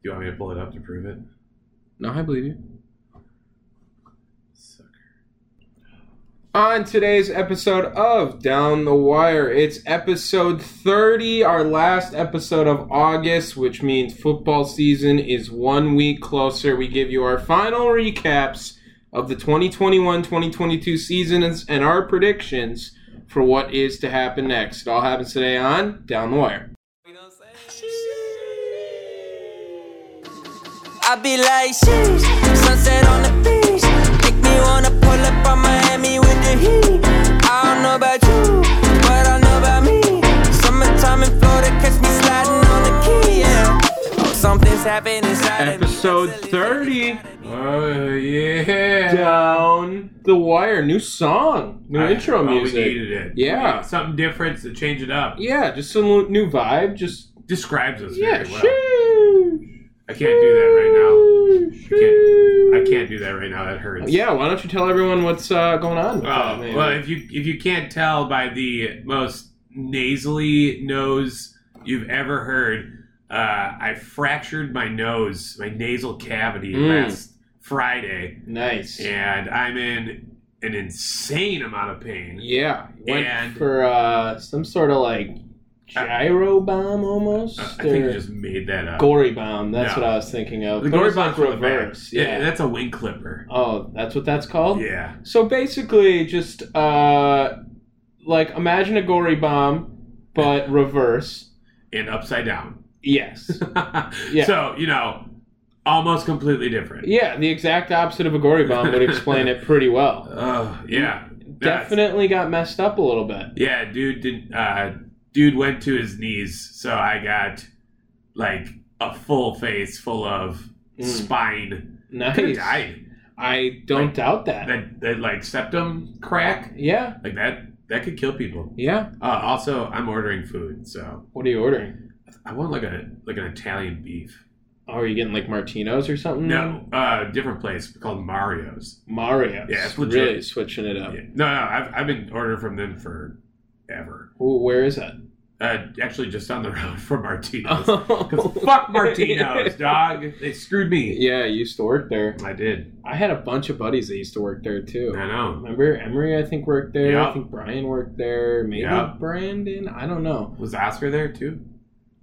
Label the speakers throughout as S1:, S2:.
S1: you want me to pull it up to prove it?
S2: No, I believe you.
S1: Sucker.
S2: On today's episode of Down the Wire, it's episode 30, our last episode of August, which means football season is one week closer. We give you our final recaps of the 2021 2022 seasons and our predictions for what is to happen next. It all happens today on Down the Wire.
S3: I be like, sheesh, sunset on the beach. Make me wanna pull up on Miami with the heat. I don't know about you, but I know about me. Summertime in Florida, catch me sliding on the key, yeah. Oh, something's happening inside of me.
S2: Episode
S3: That's a little-
S2: 30
S1: Oh yeah.
S2: Down the Wire. New song, new
S1: I-
S2: intro
S1: oh,
S2: music.
S1: We needed it.
S2: Yeah.
S1: We needed something different to change it up.
S2: Yeah, just some new vibe. Just
S1: Describes us
S2: yeah,
S1: very well.
S2: shoo,
S1: I can't do that right
S2: shoo.
S1: now. I can't do that right now. That hurts.
S2: Yeah, why don't you tell everyone what's uh, going on? With
S1: Oh,
S2: that, man?
S1: well, if you if you can't tell by the most nasally nose you've ever heard, uh, I fractured my nose, my nasal cavity
S2: Mm.
S1: last Friday,
S2: nice. Yeah,
S1: and I'm in an insane amount of pain.
S2: went
S1: And-
S2: for uh, some sort of like gyro bomb almost.
S1: Uh, I think
S2: or
S1: you just made that up.
S2: gory bomb. That's
S1: No.
S2: what I was thinking of.
S1: the
S2: But it
S1: gory
S2: was,
S1: bomb's
S2: like
S1: from the back.
S2: reverse. Yeah.
S1: that's a wing clipper.
S2: Oh, that's what that's called.
S1: Yeah,
S2: So basically, just uh, like imagine a gory bomb, but reverse.
S1: and upside down.
S2: Yes.
S1: yeah. So you know, almost completely different.
S2: Yeah, the exact opposite of a gory bomb would explain it pretty well.
S1: Oh yeah. That's-
S2: Definitely got messed up a little bit.
S1: Yeah, dude did. Uh, dude went to his knees, so I got like a full face full of
S2: Mm.
S1: spine. I could have
S2: Nice.
S1: died.
S2: I don't
S1: Like,
S2: doubt that.
S1: That that like septum crack
S2: Yeah,
S1: like that that could kill people.
S2: yeah.
S1: Uh, also, I'm ordering food, so
S2: What are you ordering?
S1: I want like a like an Italian beef.
S2: Oh, are you getting like Martinos or something?
S1: No, uh, different place called Mario's.
S2: Mario's.
S1: Yeah, it's legit.
S2: really switching it up.
S1: Yeah. No, no, I've I've been ordering from them forever.
S2: Ooh, where is that?
S1: Uh, actually, just on the road from Martino's.
S2: Oh.
S1: 'Cause fuck Martino's, dog. They screwed me.
S2: yeah, I used to work there.
S1: I did.
S2: I had a bunch of buddies that used to work there too.
S1: I know.
S2: Remember Emery? I think worked there. I
S1: Yeah.
S2: think Brian worked there. Maybe
S1: Yeah.
S2: Brandon. I don't know.
S1: Was Oscar there too?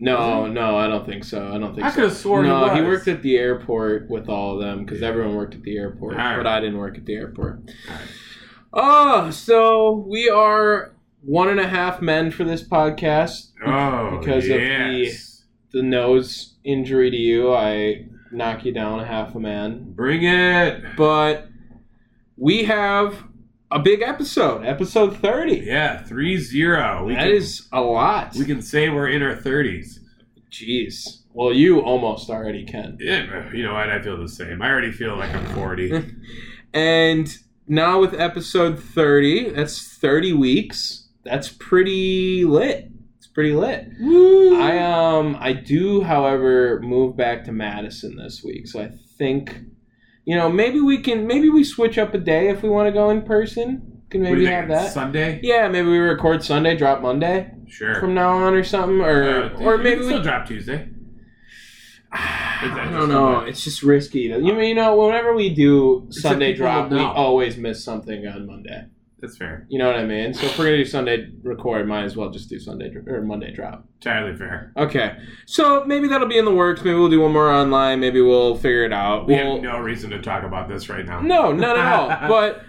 S2: No, no, I don't think so. I don't think
S1: I
S2: so.
S1: could have sworn
S2: no,
S1: he, was.
S2: he worked at the airport with all of them because
S1: Yeah.
S2: everyone worked at the airport,
S1: All right.
S2: but I didn't work at the airport.
S1: All right.
S2: Oh, so we are one and a half men for this podcast.
S1: Oh,
S2: because of
S1: yes.
S2: The nose injury to you, I knock you down a half a man.
S1: Bring it.
S2: But we have a big episode, episode 30.
S1: Yeah, 3 0.
S2: That is a lot.
S1: We can say we're in our 30s.
S2: Jeez. Well, you almost already can.
S1: Yeah, you know what? I feel the same. I already feel like I'm 40.
S2: And now with episode 30, that's 30 weeks. That's pretty lit. It's pretty lit.
S1: Woo!
S2: I um I do, however, move back to Madison this week. So I think you know, maybe we can maybe we switch up a day if we want to go in person. Can
S1: What do
S2: maybe
S1: you
S2: have
S1: think,
S2: that.
S1: Sunday?
S2: Yeah, maybe we record Sunday, drop Monday
S1: Sure.
S2: from now on or something or
S1: Uh,
S2: or
S1: you
S2: maybe
S1: can
S2: we
S1: still drop Tuesday.
S2: I don't know. It's just risky. You know, you know, whenever we do Sunday
S1: people
S2: drop,
S1: will
S2: we
S1: know.
S2: always miss something on Monday.
S1: That's fair.
S2: You know what I mean? So if we're gonna do Sunday record, might as well just do Sunday dr- or Monday drop.
S1: Entirely fair.
S2: Okay, so maybe that'll be in the works. Maybe we'll do one more online. Maybe we'll figure it out.
S1: We
S2: We'll-
S1: have no reason to talk about this right now.
S2: no, not at all. But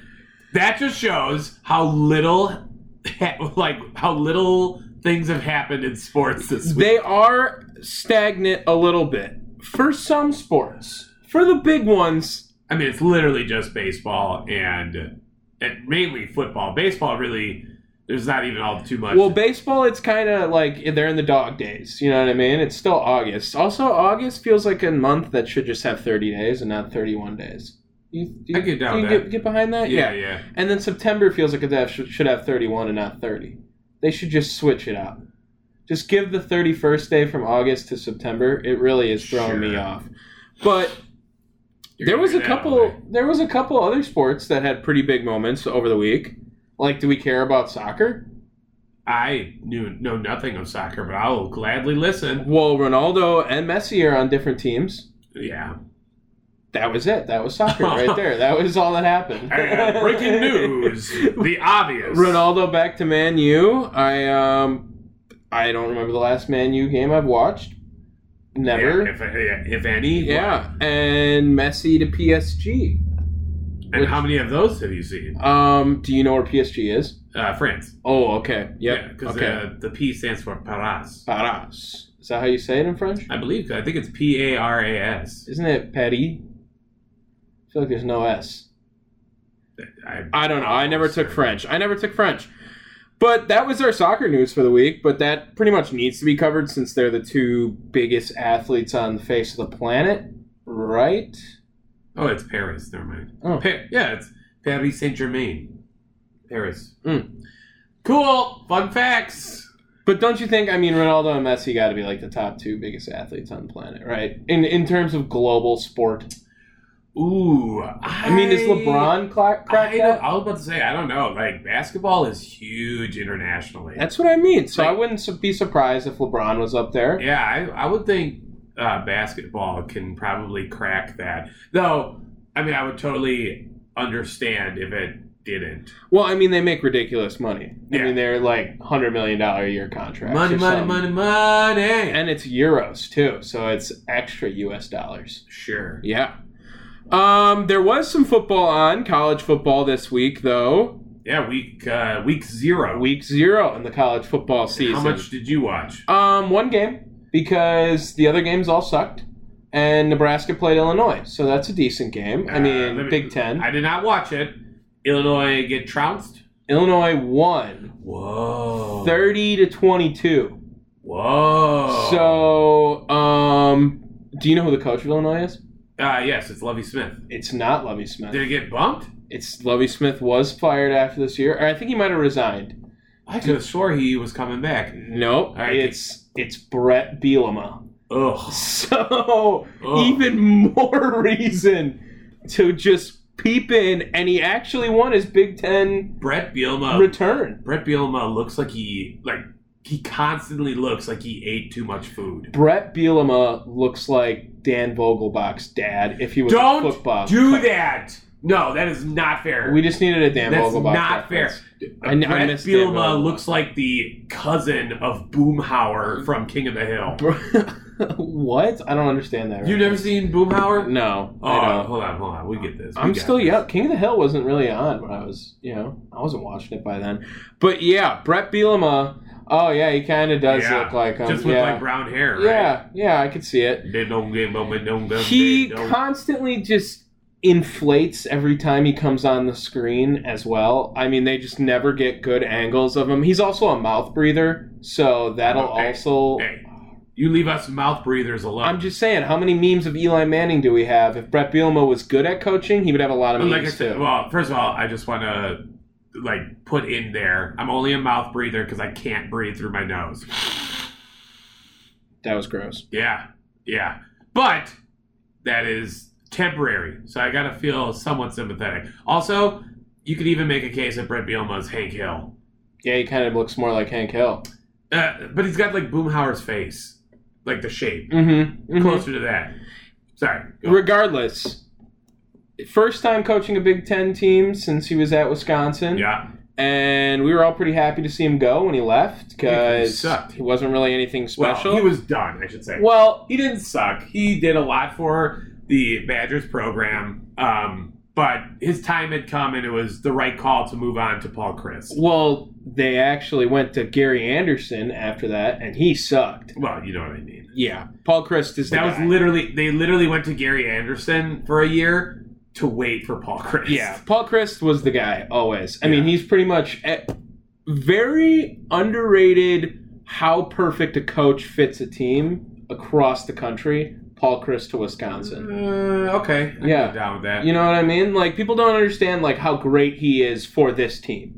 S1: That just shows how little, like how little things have happened in sports this week.
S2: they are stagnant a little bit for some sports. For the big ones,
S1: I mean, it's literally just baseball and and mainly football. Baseball really, there's not even all too much.
S2: well, baseball, it's kind of like they're in the dog days. You know what I mean? It's still August. Also, August feels like a month that should just have 30 days and not 31 days. You, you,
S1: I get down
S2: you
S1: with
S2: Get,
S1: that.
S2: get behind that?
S1: yeah, yeah.
S2: And then September feels like a dev should, should have 31 and not 30. They should just switch it up. Just give the 31st day from August to September. It really is throwing me
S1: Sure.
S2: off. But
S1: You're
S2: there
S1: gonna
S2: was
S1: do
S2: a
S1: that
S2: couple
S1: all day.
S2: there was a couple other sports that had pretty big moments over the week. Like do we care about soccer?
S1: I knew know nothing of soccer, but I'll gladly listen.
S2: Well, Ronaldo and Messi are on different teams.
S1: Yeah.
S2: That was it. That was soccer right there. That was all that happened.
S1: And breaking news: the obvious.
S2: Ronaldo back to Man U. I um, I don't remember the last Man U game I've watched. Never.
S1: Yeah, if, uh, yeah, if any.
S2: Yeah, and Messi to PSG.
S1: And how many of those have you seen?
S2: Um, do you know where PSG is?
S1: Uh, France.
S2: Oh, okay. Yep.
S1: Yeah, because
S2: okay.
S1: uh, the P stands for Paras.
S2: Paras. Is that how you say it in French?
S1: I believe. I think it's P A R A S.
S2: Isn't it Paris? I feel like there's no S.
S1: I,
S2: I don't know. I never took French. I never took French. But that was our soccer news for the week. But that pretty much needs to be covered since they're the two biggest athletes on the face of the planet, right?
S1: Oh, it's Paris. Never mind.
S2: Oh.
S1: Pa- yeah, it's Paris Saint Germain. Paris.
S2: Mm.
S1: Cool. Fun facts.
S2: But don't you think? I mean, Ronaldo and Messi got to be like the top two biggest athletes on the planet, right? In in terms of global sport.
S1: Ooh. I,
S2: I mean, is LeBron cla- crack
S1: I, don't-
S2: that?
S1: I was about to say, I don't know. Like, basketball is huge internationally.
S2: That's what I mean. So I
S1: Like-
S2: wouldn't su- be surprised if LeBron was up there.
S1: yeah, I, I would think uh, basketball can probably crack that. Though, I mean, I would totally understand if it didn't.
S2: Well, I mean, they make ridiculous money. I
S1: Yeah.
S2: mean, they're like hundred million dollar a year contracts.
S1: Money,
S2: or
S1: money, money,
S2: something.
S1: money.
S2: and it's euros too, so it's extra US dollars.
S1: sure.
S2: Yeah. Um, there was some football on college football this week, though.
S1: Yeah, week uh, week zero.
S2: Week zero in the college football season.
S1: How much did you watch?
S2: Um, one game because the other games all sucked, and Nebraska played Illinois, so that's a decent game. I
S1: Uh,
S2: mean,
S1: let me-
S2: Big Ten.
S1: I did not watch it. Illinois get trounced.
S2: Illinois won
S1: Whoa.
S2: thirty to twenty-two.
S1: Whoa. Oh.
S2: So, um, do you know who the coach of Illinois is?
S1: Uh, yes, it's Lovey Smith.
S2: It's not Lovey Smith.
S1: Did it get bumped?
S2: It's Lovey Smith was fired after this year. Or I think he might have resigned.
S1: I could have swore he was coming back.
S2: No,
S1: right.
S2: it's it's Brett Bielema.
S1: Ugh.
S2: So
S1: Ugh.
S2: even more reason to just peep in, and he actually won his Big Ten
S1: Brett Bielma.
S2: return.
S1: Brett Bielma looks like he like he constantly looks like he ate too much food.
S2: Brett Bielema looks like Dan Vogelbach's dad if he was a
S1: Don't
S2: football.
S1: do
S2: coach.
S1: that. No, that is not fair.
S2: We just needed a Dan
S1: That's
S2: Vogelbach.
S1: not
S2: reference.
S1: fair.
S2: I, kn- I
S1: Brett
S2: miss Dan
S1: Bielma
S2: Vogelbach.
S1: looks like the cousin of Boomhauer from King of the Hill.
S2: what? I don't understand that.
S1: You never seen Boomhauer?
S2: No,
S1: Oh,
S2: I don't.
S1: hold on, hold on. We get this. We
S2: I'm
S1: got
S2: still
S1: this.
S2: young. King of the Hill wasn't really on when I was, you know, I wasn't watching it by then. But yeah, Brett Bielema. Oh yeah, he kind of does
S1: Yeah.
S2: look like him.
S1: Just with
S2: yeah.
S1: like brown hair, right?
S2: yeah, yeah, I could see it.
S1: They don't give up, they don't give up,
S2: He
S1: they don't-
S2: constantly just inflates every time he comes on the screen as well. I mean, they just never get good angles of him. He's also a mouth breather, so that'll
S1: Okay.
S2: also.
S1: Hey, you leave us mouth breathers alone.
S2: I'm just saying, how many memes of Eli Manning do we have? If Brett Bielema was good at coaching, he would have a lot of
S1: But
S2: memes
S1: like I said,
S2: too.
S1: well, first of all, I just want to like put in there. I'm only a mouth breather because I can't breathe through my nose.
S2: that was gross.
S1: Yeah, yeah, but that is temporary. So I gotta feel somewhat sympathetic. Also, you could even make a case that Brett Bielma's Hank Hill,
S2: Yeah, he kind of looks more like Hank Hill.
S1: uh, but he's got like Boomhauer's face, like the shape,
S2: Mm-hmm.
S1: closer to that. Sorry. go.
S2: Regardless, first time coaching a Big Ten team since he was at Wisconsin.
S1: Yeah.
S2: And we were all pretty happy to see him go when he left
S1: Yeah, he
S2: because
S1: sucked.
S2: he wasn't really anything
S1: Well,
S2: special.
S1: he was done, I should say.
S2: Well,
S1: he didn't suck. He did a lot for the Badgers program, um, but his time had come, and it was the right call to move on to Paul Chris.
S2: well, they actually went to Gary Anderson after that, and he sucked.
S1: Well, you know what I mean.
S2: Yeah, Paul Christ is the
S1: That was
S2: guy.
S1: literally they literally went to Gary Anderson for a year to wait for Paul Chris.
S2: Yeah, Paul Christ was the guy always. I mean,
S1: Yeah.
S2: he's pretty much a very underrated. How perfect a coach fits a team across the country. Paul Christ to Wisconsin.
S1: Uh, okay. I
S2: Yeah.
S1: yeah. Down with that.
S2: You know what I mean? Like people don't understand like how great he is for this team.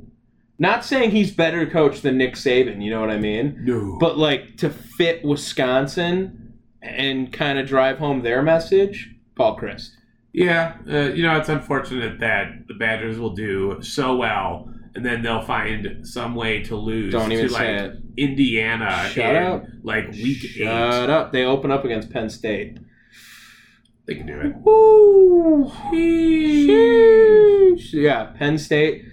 S2: Not saying he's better coach than Nick Saban. You know what I mean?
S1: no.
S2: But like to fit Wisconsin and kind of drive home their message. Paul Christ.
S1: Yeah, uh, you know, it's unfortunate that the Badgers will do so well and then they'll find some way to lose
S2: Don't even
S1: to
S2: say
S1: like Indiana
S2: Shut
S1: in
S2: up.
S1: like
S2: it.
S1: week eight.
S2: Shut up. They open up against Penn State.
S1: They can do it.
S2: Woo! Sheesh. Yeah, Penn State.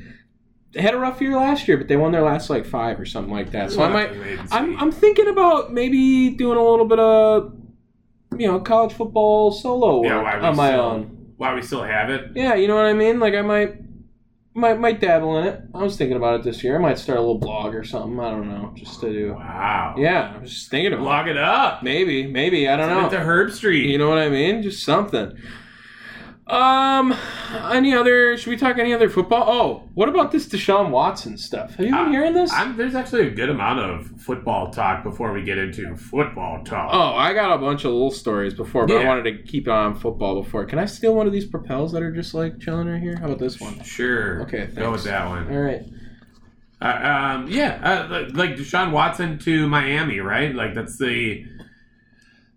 S2: They had a rough year last year, but they won their last like five or something like that. So I might. I'm, I'm thinking about maybe doing a little bit of, you know, college football solo
S1: Yeah,
S2: work
S1: why we
S2: on my
S1: still-
S2: own.
S1: Why we still have it?
S2: Yeah, you know what I mean. Like I might, might, might dabble in it. I was thinking about it this year. I might start a little blog or something. I don't know, just to do.
S1: Wow.
S2: Yeah, I was just thinking about
S1: Log it up.
S2: it. Maybe, maybe I don't
S1: Send it
S2: know.
S1: to Herb Street.
S2: You know what I mean? Just something. Um, any other? Should we talk any other football? Oh, what about this Deshaun Watson stuff? Have you been
S1: I-
S2: hearing this?
S1: I'm, there's actually a good amount of football talk before we get into football talk.
S2: Oh, I got a bunch of little stories before, but I
S1: Yeah.
S2: wanted to keep it on football before. Can I steal one of these propels that are just like chilling right here? How about this one?
S1: Sure.
S2: Oh. Okay,
S1: Go with
S2: thanks.
S1: that one.
S2: All right.
S1: Uh, um, yeah, uh, li- like Deshaun Watson to Miami, right? Like that's the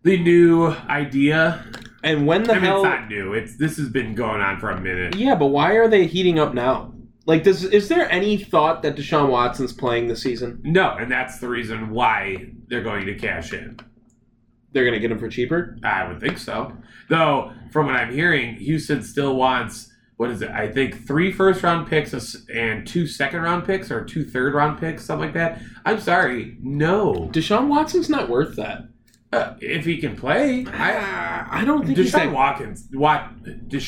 S1: the new idea.
S2: And when
S1: I
S2: the
S1: mean,
S2: hell?
S1: it's not new. It's this has been going on for a minute.
S2: Yeah, but why are they heating up now? Like, does is there any thought that Deshaun Watson's playing this season?
S1: No, and that's the reason why they're going to cash in.
S2: They're gonna get him for cheaper.
S1: I would think so. Though, from what I'm hearing, Houston still wants what is it? I think three first round picks as- and two second round picks or two third round picks, something like that. I'm sorry, no.
S2: Deshaun Watson's not worth that.
S1: Uh, if he can play, I,
S2: I, I don't think he's
S1: Deshaun
S2: that
S1: Watkins, Wat,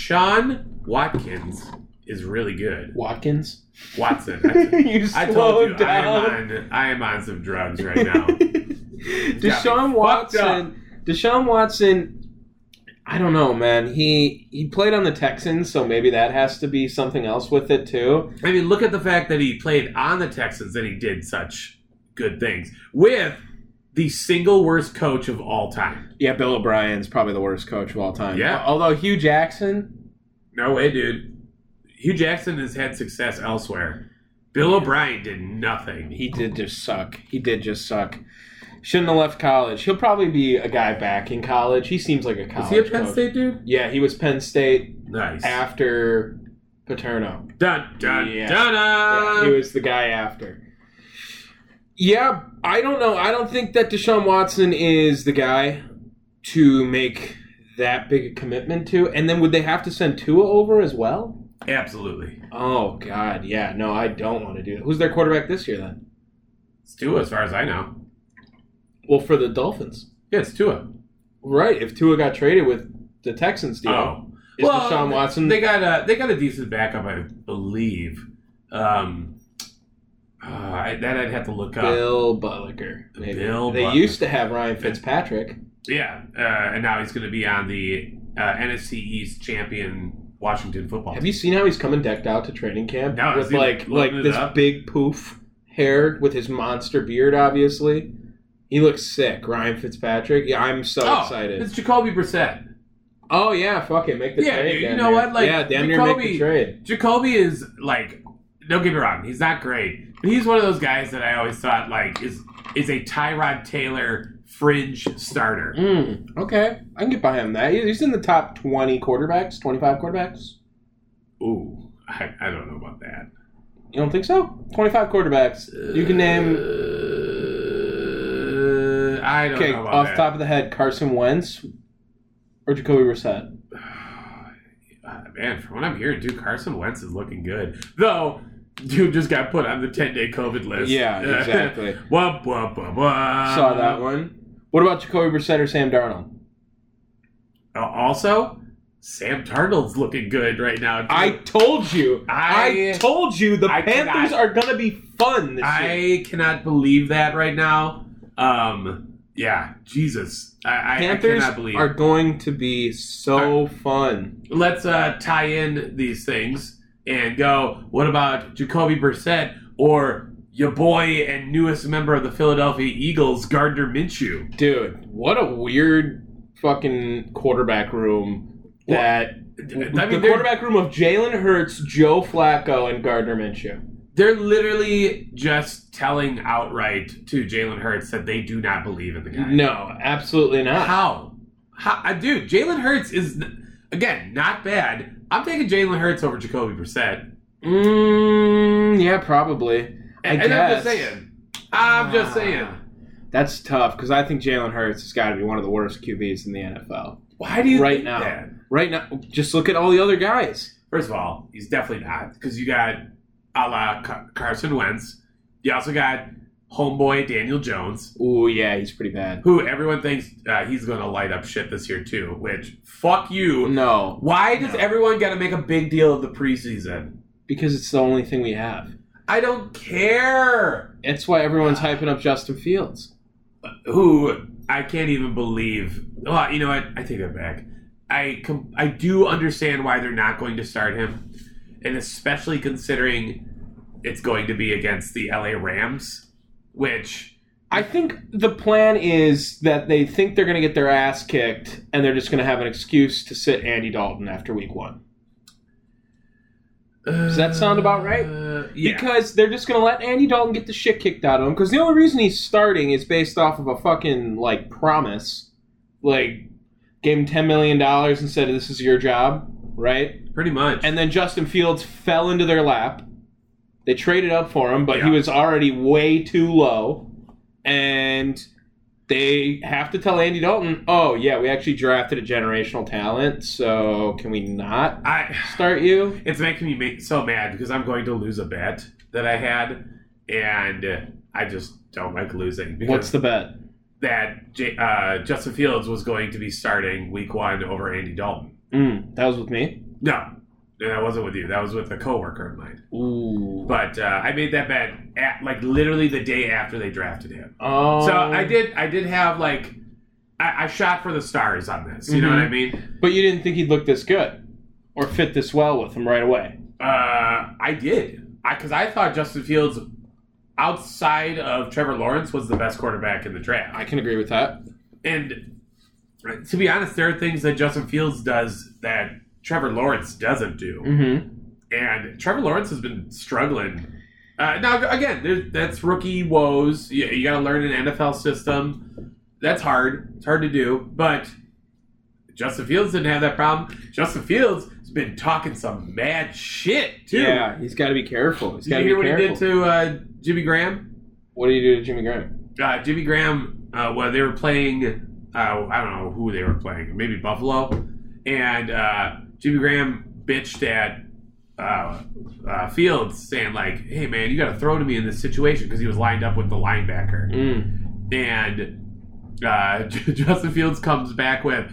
S1: Deshaun Watkins is really good.
S2: Watkins.
S1: Watson, I,
S2: you
S1: I told you,
S2: slowed
S1: I
S2: down.
S1: am on, I am on some drugs right now. got
S2: Deshaun
S1: me fucked up.
S2: Watson. Deshaun Watson. I don't know, man. He he played on the Texans, so maybe that has to be something else with it too.
S1: I mean, look at the fact that he played on the Texans and he did such good things with the single worst coach of all time.
S2: Yeah, Bill O'Brien's probably the worst coach of all time.
S1: Yeah.
S2: Although Hugh Jackson,
S1: No way, dude. Hugh Jackson has had success elsewhere. Bill O'Brien did nothing. He,
S2: he did just suck. He did just suck. Shouldn't have left college. He'll probably be a guy back in college. He seems like a college.
S1: is he a Penn
S2: coach.
S1: State dude?
S2: Yeah, he was Penn State
S1: Nice.
S2: after Paterno.
S1: Dun dun
S2: Yeah.
S1: dun.
S2: Yeah, he was the guy after. Yeah, I don't know. I don't think that Deshaun Watson is the guy to make that big a commitment to. And then would they have to send Tua over as well?
S1: Absolutely.
S2: Oh God, yeah. No, I don't want to do that. Who's their quarterback this year then?
S1: It's Tua, as far as I know.
S2: Well, for the Dolphins,
S1: Yeah, it's Tua.
S2: right? If Tua got traded with the Texans deal,
S1: Oh,
S2: is
S1: Well,
S2: Deshaun Watson?
S1: they got a they got a decent backup, I believe. Um, uh, I, that I'd have to look up.
S2: Bill Butlicker. Maybe.
S1: Bill
S2: they
S1: Butler.
S2: used to have Ryan Fitzpatrick.
S1: Yeah, uh, and now he's going to be on the uh, NFC East champion Washington football.
S2: Have you seen how he's coming decked out to training camp
S1: No,
S2: with
S1: is he
S2: like like
S1: looking it
S2: this
S1: up?
S2: big poof hair with his monster beard? Obviously, he looks sick. Ryan Fitzpatrick. Yeah, I'm so
S1: oh,
S2: excited.
S1: it's Jacoby Brissett.
S2: Oh yeah, fuck it, make the
S1: Yeah,
S2: trade.
S1: dude, you
S2: damn
S1: know
S2: near.
S1: what, like,
S2: yeah, damn near make the
S1: Jacoby-
S2: trade.
S1: Jacoby is like, don't get me wrong, he's not great, but he's one of those guys that I always thought like is is a Tyrod Taylor fringe starter.
S2: Mm, okay, I can get by him. That he's in the top twenty quarterbacks, twenty five quarterbacks.
S1: Ooh, I, I don't know about that.
S2: You don't think so? Twenty five quarterbacks. You can name.
S1: Uh, I don't
S2: Okay,
S1: know about
S2: off
S1: that.
S2: top of the head, Carson Wentz or Jacoby Brissett.
S1: Uh, man, from what I'm hearing, dude, Carson Wentz is looking good. Though, dude just got put on the 10 day COVID list.
S2: Yeah, exactly.
S1: wah, wah, wah, wah.
S2: Saw that one. What about Jacoby Brissett or Sam Darnold?
S1: Uh, Also, Sam Darnold's looking good right now. dude.
S2: I told you.
S1: I-
S2: I, told you the
S1: I
S2: Panthers
S1: cannot-
S2: are gonna be fun this year.
S1: I cannot believe that right now. Um, yeah, Jesus. I, I,
S2: Panthers
S1: I cannot believe
S2: are going to be so fun.
S1: let's uh, tie in these things and go. What about Jacoby Brissett or your boy and newest member of the Philadelphia Eagles, Gardner Minshew?
S2: Dude, what a weird fucking quarterback room
S1: Well,
S2: that
S1: I mean,
S2: the
S1: they're,
S2: quarterback room of Jalen Hurts, Joe Flacco, and Gardner Minshew.
S1: they're literally just telling outright to Jalen Hurts that they do not believe in the guy.
S2: No, absolutely not.
S1: How? How? I- Dude, Jalen Hurts is, again, not bad. I'm taking Jalen Hurts over Jacoby Brissett.
S2: Mm, yeah, probably. I
S1: and I'm
S2: guess. Ah.
S1: just saying. I'm just saying.
S2: That's tough because I think Jalen Hurts has got to be one of the worst QBs in the NFL
S1: Why do you
S2: right
S1: think
S2: now.
S1: that?
S2: Right now, just look at all the other guys.
S1: First of all, he's definitely not because you got a la Car- Carson Wentz. You also got homeboy Daniel Jones,
S2: Ooh, yeah, he's pretty bad.
S1: who everyone thinks uh, he's going to light up shit this year too. Which fuck
S2: Mm-hmm.
S1: you.
S2: No,
S1: Why does
S2: No.
S1: everyone got to make a big deal of the preseason?
S2: because it's the only thing we have.
S1: I don't care.
S2: That's why everyone's hyping up Justin Fields.
S1: Who I can't even believe. Well, you know what? I take that back. I com- I do understand why they're not going to start him, and especially considering it's going to be against the LA Rams, which
S2: I think the plan is that they think they're going to get their ass kicked, and they're just going to have an excuse to sit Andy Dalton after week one.
S1: does
S2: that sound about right?
S1: uh, yeah.
S2: Because they're just going to let Andy Dalton get the shit kicked out of him. Because the only reason he's starting is based off of a fucking, like, promise. Like, gave him $10 million and said, this is your job, right?
S1: pretty much.
S2: And then Justin Fields fell into their lap. They traded up for him, but he
S1: Yeah.
S2: was already way too low. And they have to tell Andy Dalton, oh, yeah, we actually drafted a generational talent, so can we not
S1: I
S2: start you?
S1: it's making me ma- so mad because I'm going to lose a bet that I had, and I just don't like losing. Because
S2: What's the bet?
S1: that J- uh, Justin Fields was going to be starting Week One over Andy Dalton.
S2: Mm, that was with me.
S1: No, no, that wasn't with you. That was with a coworker of mine.
S2: Ooh.
S1: But uh, I made that bet at, like literally the day after they drafted him.
S2: Oh.
S1: So I did. I did have like I, I shot for the stars on this. You know
S2: Mhm.
S1: what I mean?
S2: But you didn't think he'd look this good or fit this well with him right away.
S1: Uh, I did. I because I thought Justin Fields. Outside of Trevor Lawrence was the best quarterback in the draft.
S2: I can agree with that.
S1: And uh, to be honest, there are things that Justin Fields does that Trevor Lawrence doesn't do.
S2: Mm-hmm.
S1: And Trevor Lawrence has been struggling. Uh, now, again, there's, that's rookie woes. You, you got to learn an NFL system. That's hard. It's hard to do. But Justin Fields didn't have that problem. Justin Fields has been talking some mad shit, too.
S2: Yeah, he's got to be careful. He's
S1: Did
S2: got to
S1: you
S2: be
S1: hear what
S2: careful.
S1: he did to uh, Jimmy Graham?
S2: what do you do to Jimmy Graham?
S1: uh, Jimmy Graham, uh, well, they were playing, uh, I don't know who they were playing, maybe Buffalo. And uh, Jimmy Graham bitched at uh, uh, Fields saying, like, hey, man, you got to throw to me in this situation because he was lined up with the linebacker.
S2: Mm.
S1: And uh, Justin Fields comes back with,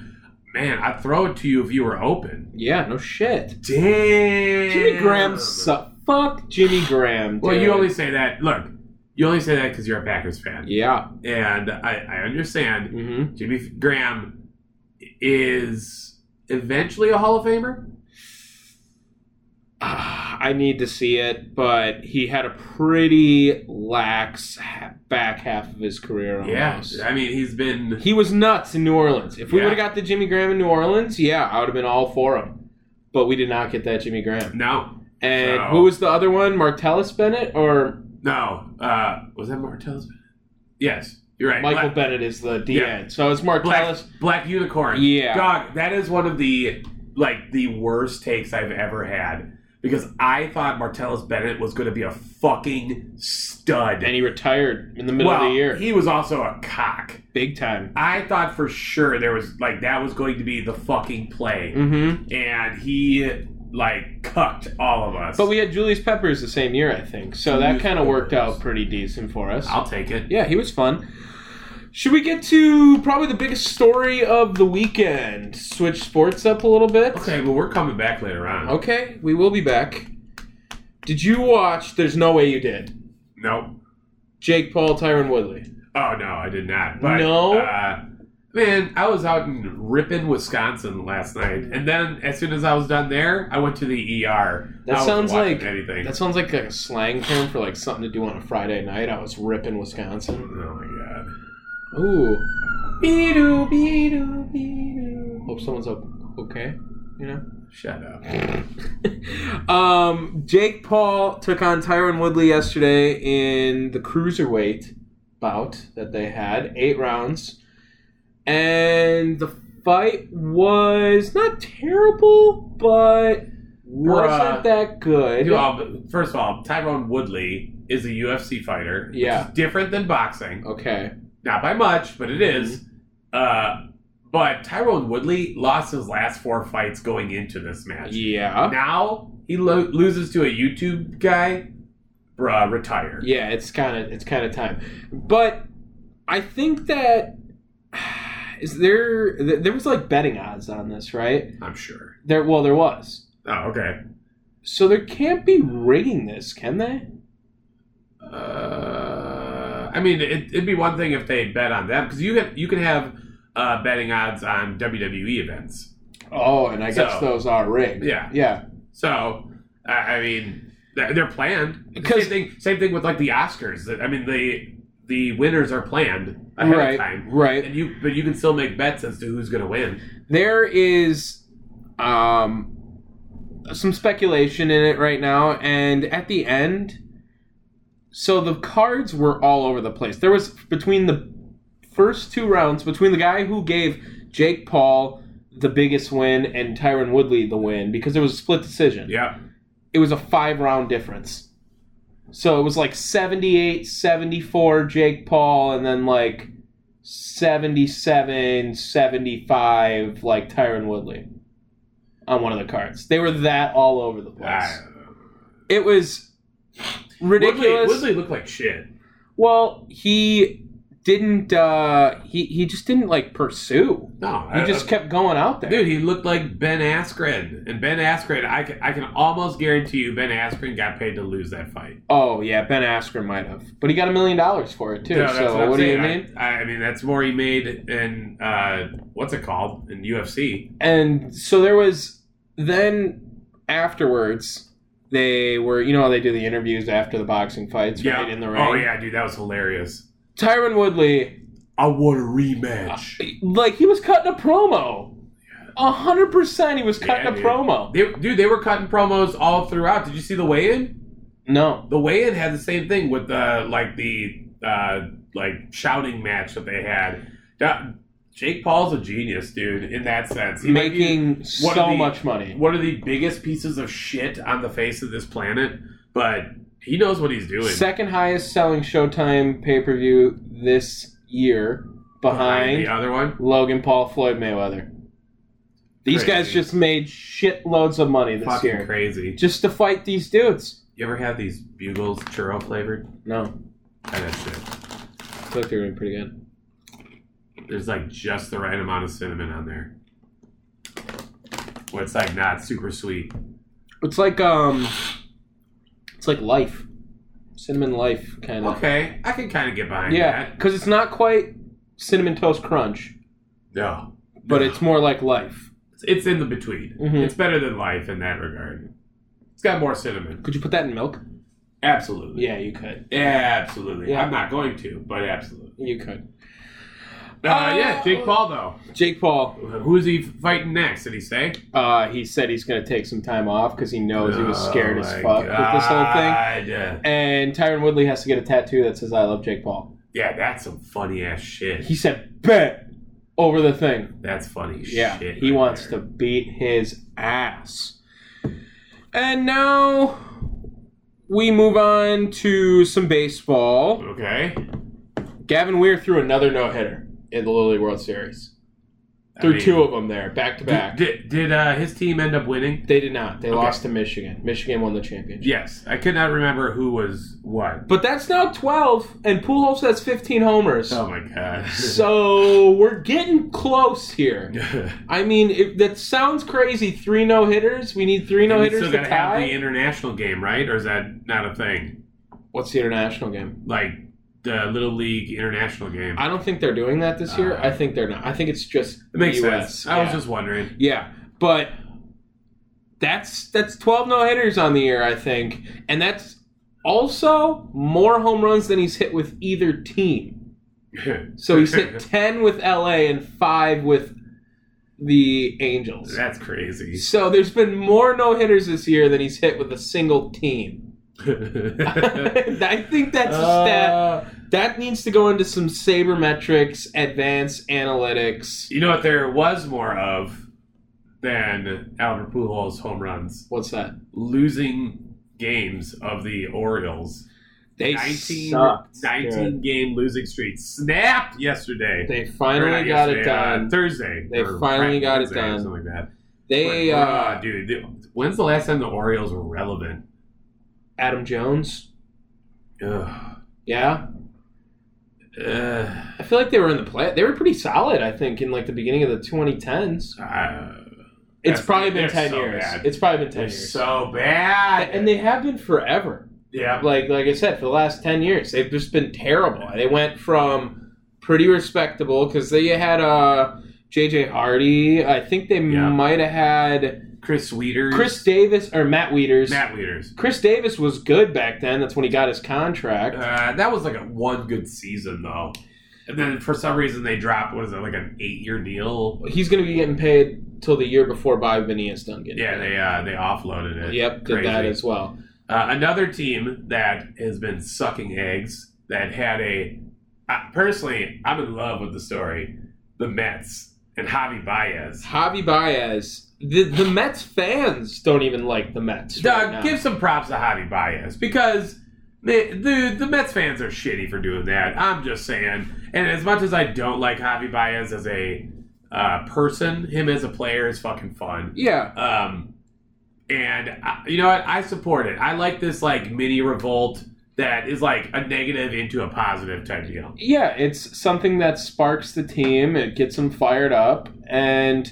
S1: man, I'd throw it to you if you were open.
S2: Yeah, no shit.
S1: Damn.
S2: Jimmy Graham suck. Fuck Jimmy Graham.
S1: Well,
S2: dude.
S1: you only say that, look, you only say that because you're a Packers fan.
S2: Yeah.
S1: And I, I understand.
S2: Mm-hmm.
S1: Jimmy Graham is eventually a Hall of Famer.
S2: Ah, I need to see it, but he had a pretty lax ha- back half of his career.
S1: Yeah,
S2: Almost.
S1: I mean he's been
S2: He was nuts in New Orleans. If we
S1: Yeah.
S2: would have got the Jimmy Graham in New Orleans, yeah, I would have been all for him. But we did not get that Jimmy Graham.
S1: no,
S2: And
S1: No.
S2: who was the other one? Martellus Bennett or
S1: no. Uh, was that Martell's? Yes, you're right.
S2: Michael
S1: Black,
S2: Bennett is the DN.
S1: Yeah.
S2: So it's
S1: Black,
S2: Martellus.
S1: Black Unicorn.
S2: Yeah.
S1: dog. That is one of the like the worst takes I've ever had because I thought Martellus Bennett was going to be a fucking stud.
S2: And he retired in the middle
S1: well,
S2: of the year.
S1: he was also a cock.
S2: Big time.
S1: I thought for sure there was like that was going to be the fucking play.
S2: Mm-hmm.
S1: and he like cucked all of us.
S2: But we had Julius Peppers the same year, I think. So that
S1: Julius
S2: kind of worked
S1: Peppers.
S2: out pretty decent for us.
S1: I'll take it.
S2: Yeah, he was fun. Should we get to probably the biggest story of the weekend? Switch sports up a little bit.
S1: Okay, well we're coming back later on.
S2: Okay, we will be back. Did you watch? There's no way you did.
S1: Nope.
S2: Jake Paul, Tyron Woodley.
S1: Oh no, I did not. But
S2: No?
S1: uh, man, I was out in Ripon, Wisconsin last night, and then as soon as I was done there, I went to the ER.
S2: That
S1: I wasn't
S2: sounds
S1: watching
S2: like-
S1: anything.
S2: That sounds like a slang term for like something to do on a Friday night. I was ripping Wisconsin.
S1: oh my god.
S2: Ooh.
S1: Be-doo, be-doo, be-doo.
S2: Hope someone's o- okay. You know.
S1: Shut up.
S2: Um, Jake Paul took on Tyron Woodley yesterday in the cruiserweight bout that they had, eight rounds, and the fight was not terrible, but wasn't
S1: Bruh.
S2: that good.
S1: Well, but first of all, Tyrone Woodley is a UFC fighter. which
S2: Yeah.
S1: is different than boxing.
S2: Okay.
S1: Not by much, but it
S2: Mm-hmm.
S1: is. Uh, but Tyrone Woodley lost his last four fights going into this match.
S2: Yeah.
S1: Now he lo- loses to a YouTube guy. Bruh, retire.
S2: Yeah, it's kind of it's kind of time. But I think that is there th- there was like betting odds on this, right?
S1: I'm sure.
S2: There well there was.
S1: Oh, okay.
S2: So there can't be rigging this, can they?
S1: Uh, I mean, it, it'd be one thing if they bet on them because you can you can have uh, betting odds on WWE events.
S2: Oh, and I
S1: So-
S2: guess those are rigged.
S1: Yeah.
S2: Yeah.
S1: So I, I mean, they're, they're planned.
S2: Because-
S1: same thing, same thing with like the Oscars. I mean, the the winners are planned ahead
S2: right.
S1: of time,
S2: Right.
S1: and you but you can still make bets as to who's going to win.
S2: there is um some speculation in it right now and at the end so the cards were all over the place there was between the first two rounds between the guy who gave jake paul the biggest win and tyron woodley the win because it was a split decision
S1: Yeah.
S2: it was a five round difference so it was like 78 74 jake paul and then like 77 75 like tyron woodley on one of the cards they were that all over the place
S1: Uh,
S2: it was ridiculous
S1: Woodley, Woodley looked like shit.
S2: well he didn't uh he, he just didn't like pursue
S1: No,
S2: he
S1: I-
S2: just kept going out there
S1: Dude, he looked like Ben Askren, and Ben Askren, I can, I can almost guarantee you, Ben Askren got paid to lose that fight.
S2: oh yeah ben askren might have but he got a million dollars for it too
S1: No, that's
S2: so
S1: I'm
S2: what, do you
S1: saying.
S2: mean
S1: I, I mean, that's more he made in uh, what's it called in UFC.
S2: and so there was then afterwards they were you know how they do the interviews after the boxing fights right in the ring
S1: Oh yeah, dude, that was hilarious.
S2: tyron woodley
S1: I want a rematch.
S2: like he was cutting a promo a hundred percent he was cutting
S1: Yeah,
S2: a
S1: dude.
S2: promo
S1: They, dude, they were cutting promos all throughout. Did you see the weigh-in?
S2: no
S1: The weigh-in had the same thing with uh, like the uh, like shouting match that they had. Da- Jake Paul's a genius, dude. In that sense, He might be-
S2: making
S1: one
S2: so
S1: of the-
S2: much money
S1: one of the biggest pieces of shit on the face of this planet, but he knows what he's doing.
S2: second highest selling showtime pay-per-view this year behind
S1: the other one.
S2: logan paul floyd mayweather these
S1: Crazy.
S2: guys just made shitloads of money this
S1: Fucking
S2: year
S1: crazy.
S2: just to fight these dudes
S1: You ever have these bugles churro flavored?
S2: No,
S1: Try That shit.
S2: I feel like they're doing pretty good.
S1: There's like just the right amount of cinnamon on there. Well, it's like not super sweet.
S2: It's like um, it's like life, cinnamon life kind of.
S1: Okay, I can kind of get behind
S2: Yeah,
S1: that.
S2: because it's not quite cinnamon toast crunch,
S1: No,
S2: but
S1: No.
S2: it's more like life.
S1: it's in the between.
S2: Mhm.
S1: It's better than life in that regard. It's got more cinnamon.
S2: Could you put that in milk?
S1: Absolutely.
S2: Yeah, you could.
S1: Absolutely.
S2: Yeah.
S1: I'm not going to, but absolutely.
S2: You could.
S1: Uh,
S2: Uh,
S1: yeah, Jake Paul though.
S2: Jake Paul,
S1: Who is he fighting next? Did he say?
S2: uh, he said he's gonna take some time off because he knows he was scared as
S1: Oh,
S2: fuck
S1: my
S2: with this whole thing.
S1: God. Yeah.
S2: And Tyron Woodley has to get a tattoo that says "I love Jake Paul."
S1: Yeah, that's some funny ass shit.
S2: He said "bet" over the thing.
S1: That's funny
S2: Yeah,
S1: shit.
S2: he
S1: right
S2: wants
S1: there.
S2: to beat his ass. And now we move on to some baseball.
S1: Okay.
S2: Gavin Weir threw another no hitter in the Little League World Series.
S1: I
S2: Threw
S1: mean,
S2: two of them there, back to
S1: did-
S2: back.
S1: Did, did uh, his team end up winning?
S2: They did not. They
S1: Okay.
S2: lost to Michigan. Michigan won the championship.
S1: Yes, I could not remember who was what.
S2: But that's now 12, and Pujols has 15 homers.
S1: Oh my god.
S2: So we're getting close here. I mean, if that sounds crazy. Three no hitters. We need three
S1: You
S2: no
S1: know,
S2: hitters
S1: still
S2: to
S1: gotta have the
S2: tie.
S1: international game, right? Or is that not a thing?
S2: What's the international game?
S1: Like the little league international game.
S2: I don't think they're doing that this year.
S1: Uh,
S2: I think they're not. I think it's just
S1: it makes
S2: US.
S1: sense.
S2: Yeah.
S1: I was just wondering.
S2: yeah, but that's that's twelve no hitters on the year. I think, and that's also more home runs than he's hit with either team. So he's hit ten with LA and five with the Angels.
S1: That's crazy.
S2: So there's been more no hitters this year than he's hit with a single team. I think that's a stat
S1: Uh,
S2: that needs to go into some sabermetrics, advanced analytics.
S1: You know what there was more of? than Albert Pujols' home runs.
S2: What's that?
S1: Losing games of the Orioles.
S2: They
S1: 19,
S2: sucked.
S1: 19 game losing streak snapped yesterday.
S2: They
S1: Or
S2: finally
S1: not
S2: got it
S1: yesterday, uh,
S2: done.
S1: Thursday.
S2: They
S1: or
S2: finally got it
S1: Wednesday or
S2: done.
S1: Something like that.
S2: They
S1: But,
S2: uh,
S1: uh, dude, th- when's the last time the Orioles were relevant?
S2: Adam Jones.
S1: Ugh.
S2: Yeah,
S1: Uh,
S2: I feel like they were in the play. They were pretty solid, I think, in like the beginning of the 2010s.
S1: uh,
S2: It's
S1: That's-
S2: probably been
S1: they're
S2: 10
S1: so
S2: years.
S1: bad.
S2: It's probably been 10
S1: they're
S2: years.
S1: so bad.
S2: and they have been forever.
S1: yeah,
S2: Like like I said, for the last 10 years, they've just been terrible. They went from pretty respectable because they had uh, J.J. Hardy. I think they
S1: Yeah.
S2: might have had
S1: Chris Weeders,
S2: Chris Davis or Matt Wieters.
S1: Matt Weeders.
S2: Chris Davis was good back then. That's when he got his contract.
S1: Uh, that was like a one good season though, and then for some reason they dropped. What is it like an eight year deal?
S2: He's going to be getting paid till the year before Bobby Benitez done getting
S1: Yeah,
S2: paid.
S1: they uh, they offloaded it.
S2: Yep, did
S1: Crazy.
S2: that as well.
S1: Uh, another team that has been sucking eggs that had a. I, personally, I'm in love with the story. The Mets and Javi Baez.
S2: Javi Baez. The, the Mets fans don't even like the Mets.
S1: Doug,
S2: right now.
S1: give some props to Javi Baez because the, the the Mets fans are shitty for doing that. I'm just saying. And as much as I don't like Javi Baez as a uh, person, him as a player is fucking fun.
S2: yeah,
S1: Um, and I, you know what? I support it. I like this like mini revolt that is like a negative into a positive type deal.
S2: yeah, it's something that sparks the team. It gets them fired up, and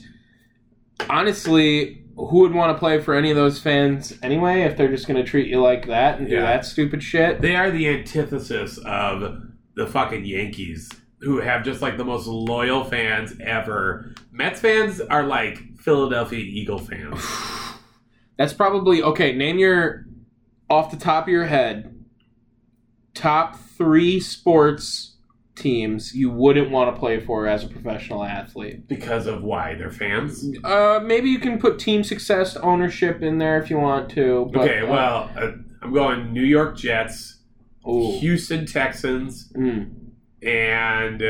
S2: honestly, who would want to play for any of those fans anyway? If they're just going to treat you like that and do
S1: Yeah.
S2: that stupid shit.
S1: They are the antithesis of the fucking Yankees, who have just like the most loyal fans ever. Mets fans are like Philadelphia Eagle fans.
S2: That's probably okay. Name your off the top of your head top three sports teams you wouldn't want to play for as a professional athlete.
S1: because of why they're fans.
S2: Uh, maybe you can put team success ownership in there if you want to. But,
S1: Okay, well, uh, I'm going New York Jets,
S2: uh, ooh.
S1: Houston Texans,
S2: Mm.
S1: and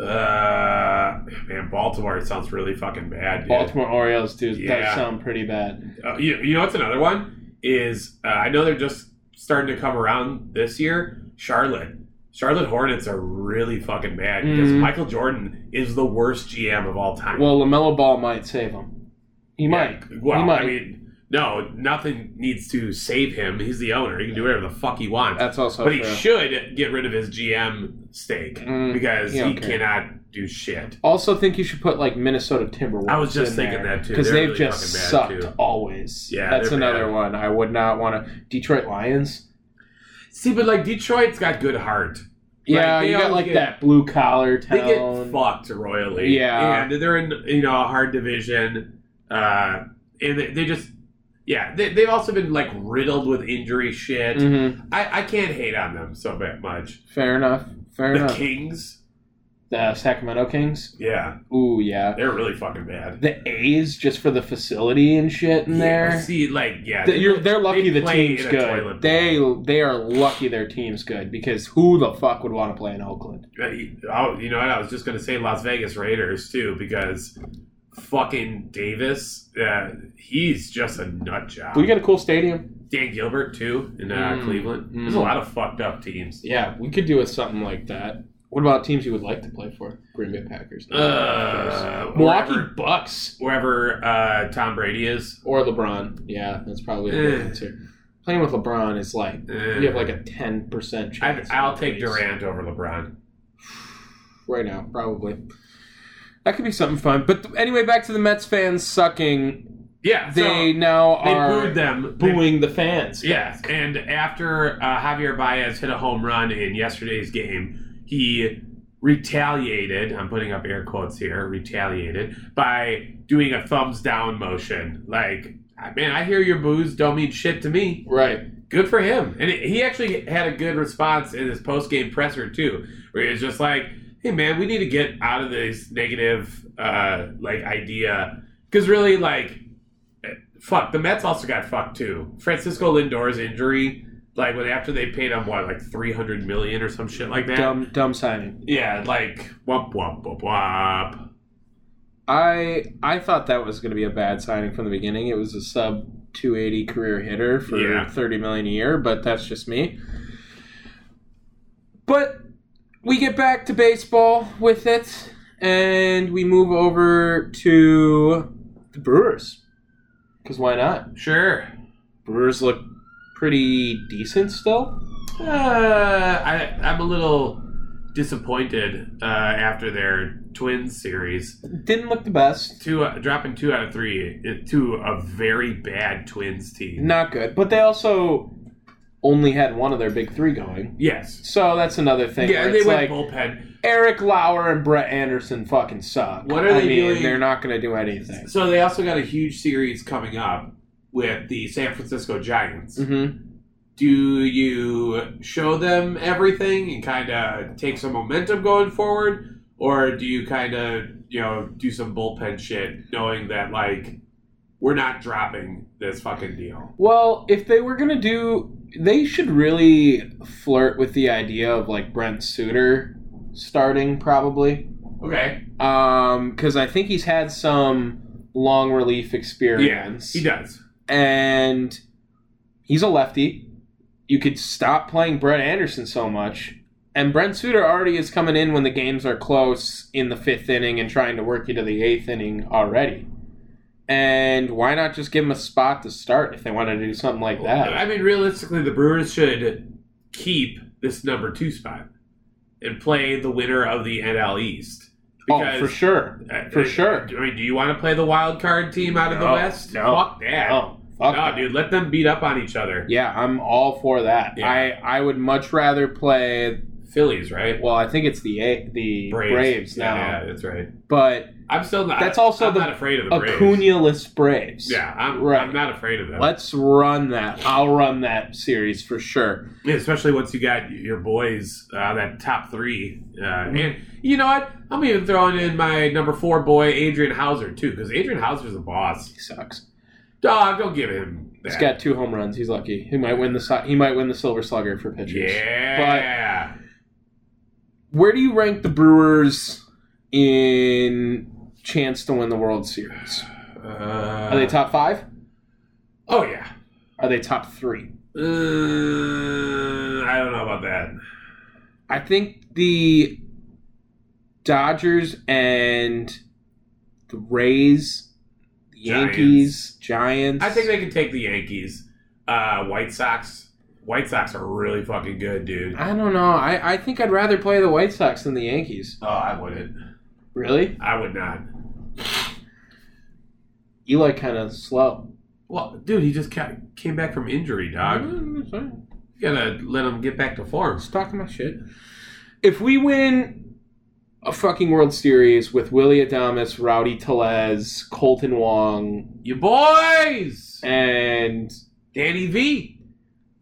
S1: uh, uh, man, Baltimore it sounds really fucking bad. Dude.
S2: Baltimore Orioles do
S1: Yeah.
S2: does sound pretty bad.
S1: Uh, you, you know what's another one is uh, I know they're just starting to come around this year. Charlotte, Charlotte Hornets are really fucking bad because
S2: Mhm.
S1: Michael Jordan is the worst GM of all time.
S2: Well, Lamelo Ball might save them. He might.
S1: Yeah, Well,
S2: He might.
S1: I mean, no, nothing needs to save him. He's the owner. He can do whatever the fuck he wants.
S2: That's also
S1: but he
S2: true.
S1: should get rid of his GM stake
S2: Mm,
S1: because
S2: yeah,
S1: he
S2: okay.
S1: cannot do shit.
S2: also, think you should put like Minnesota Timberwolves.
S1: I was just
S2: in
S1: thinking
S2: there,
S1: that, too.
S2: because
S1: They're really
S2: they've just
S1: fucking bad,
S2: sucked
S1: too.
S2: always.
S1: Yeah,
S2: that's
S1: they're
S2: another
S1: bad.
S2: one I would not want to. Detroit Lions.
S1: See, but like Detroit's got good heart.
S2: Yeah,
S1: they
S2: you got
S1: always
S2: like
S1: get-
S2: that blue collar
S1: They get
S2: town.
S1: fucked royally.
S2: Yeah.
S1: and they're in you know a hard division, uh, and they, they just yeah they, they've also been like riddled with injury shit.
S2: Mhm.
S1: I, I can't hate on them so bad much.
S2: Fair enough. Fair
S1: The
S2: enough.
S1: Kings,
S2: the Sacramento Kings.
S1: yeah,
S2: Ooh, yeah.
S1: they're really fucking bad.
S2: the A's just for the facility and shit in
S1: Yeah,
S2: there.
S1: see, like, yeah,
S2: Th- you're- they're lucky
S1: they
S2: the
S1: play
S2: team's
S1: in a
S2: good.
S1: toilet
S2: They they are lucky their team's good because who the fuck would want to play in Oakland?
S1: Oh, you know what? I was just gonna say Las Vegas Raiders too because fucking Davis, uh, he's just a nut job.
S2: We got a cool stadium.
S1: Dan Gilbert too in uh,
S2: Mm,
S1: Cleveland.
S2: mm.
S1: There's a lot of fucked up teams.
S2: Yeah, we could do with something like that. What about teams you would like to play for? Green Bay Packers,
S1: Uh,
S2: Uh, Milwaukee
S1: wherever-
S2: Bucks,
S1: Wherever uh, Tom Brady is,
S2: or LeBron. Yeah, that's probably a good
S1: Eh.
S2: answer. Playing with LeBron is like
S1: Eh.
S2: you have like a ten percent
S1: I,
S2: chance.
S1: I'll take
S2: Raise.
S1: Durant over LeBron.
S2: right now, probably. That could be something fun. But th- anyway, back to the Mets fans sucking.
S1: Yeah, so
S2: they now
S1: they
S2: are
S1: booed them. They
S2: booing the fans.
S1: Yes, and after uh, Javier Baez hit a home run in yesterday's game, he retaliated. I'm putting up air quotes here. Retaliated by doing a thumbs down motion, like. Man, I hear your boos don't mean shit to me.
S2: Right.
S1: Good for him, and it- he actually had a good response in his post game presser too, where he was just like, "Hey, man, we need to get out of this negative uh, like idea, because really, like, fuck, the Mets also got fucked too. Francisco Lindor's injury, like when after they paid him what, like three hundred million or some shit like that.
S2: Dumb dumb signing.
S1: Yeah, like womp womp womp womp.
S2: I I thought that was going to be a bad signing from the beginning. It was a sub 280 career hitter for
S1: Yeah.
S2: 30 million a year, but that's just me. But we get back to baseball with it and we move over to the Brewers. Cuz why not?
S1: Sure.
S2: Brewers look pretty decent still.
S1: Uh, I, I'm a little disappointed uh, after their Twins series.
S2: Didn't look the best.
S1: Two uh, dropping two out of three uh, to a very bad Twins team.
S2: Not good, but they also only had one of their big 3 going.
S1: Yes.
S2: So that's another thing.
S1: Yeah,
S2: where
S1: and they
S2: it's
S1: went
S2: like,
S1: bullpen.
S2: Eric Lauer and Brett Anderson fucking suck.
S1: What are
S2: I
S1: they
S2: mean,
S1: doing?
S2: They're not going to do anything.
S1: So they also got a huge series coming up with the San Francisco Giants.
S2: Mm-hmm.
S1: Do you show them everything and kind of take some momentum going forward, or do you kind of you know do some bullpen shit, knowing that like we're not dropping this fucking deal?
S2: Well, if they were going to do, they should really flirt with the idea of like Brent Suter starting probably,
S1: Okay.
S2: because I think he's had some long relief
S1: Yeah,
S2: experience,
S1: he does.
S2: and he's a lefty. You could stop playing Brett Anderson so much. And Brent Suter already is coming in when the games are close in the fifth inning and trying to work you to the eighth inning already. And why not just give him a spot to start if they wanted to do something like that?
S1: I mean, realistically, the Brewers should keep this number two spot and play the winner of the NL East.
S2: Oh, for sure. For
S1: Uh,
S2: sure.
S1: I mean, do you want to play the wild card team out of the
S2: No,
S1: West?
S2: no,
S1: Fuck that.
S2: Oh, fuck.
S1: No,
S2: that.
S1: dude, let them beat up on each other.
S2: Yeah, I'm all for that.
S1: Yeah.
S2: I, I would much rather play.
S1: Phillies, right?
S2: Well, I think it's the A, the Braves, now,
S1: Yeah, yeah, that's right.
S2: but
S1: I'm still not.
S2: That's also
S1: I'm
S2: the
S1: not afraid of the Braves.
S2: Acuna-less Braves.
S1: Yeah, I'm,
S2: Right.
S1: I'm not afraid of them.
S2: Let's run that. I'll run that series for sure.
S1: Yeah, especially once you got your boys uh, that top three, uh, and you know what? I'm even throwing in my number four boy Adrian Hauser too, because Adrian Hauser's a boss.
S2: He sucks.
S1: Dog, don't give him that.
S2: He's got two home runs. He's lucky. He might win the si- he might win the Silver Slugger for pitchers.
S1: yeah,
S2: Where do you rank the Brewers in chance to win the World Series?
S1: uh,
S2: Are they top five?
S1: Oh yeah.
S2: Are they top three?
S1: Uh, I don't know about that.
S2: I think the Dodgers and the Rays, the
S1: Giants.
S2: Yankees, Giants.
S1: I think they can take the Yankees. Uh, White Sox. White Sox are really fucking good, dude.
S2: I don't know. I, I think I'd rather play the White Sox than the Yankees.
S1: Oh, I wouldn't.
S2: Really?
S1: I would not.
S2: Eli kind of slow.
S1: Well, dude, he just ca- came back from injury, dog.
S2: Mm, sorry.
S1: You gotta let him get back to form.
S2: Just talking my shit. If we win a fucking World Series with Willie Adamas, Rowdy Telez, Colton Wong,
S1: You boys!
S2: and
S1: Danny V.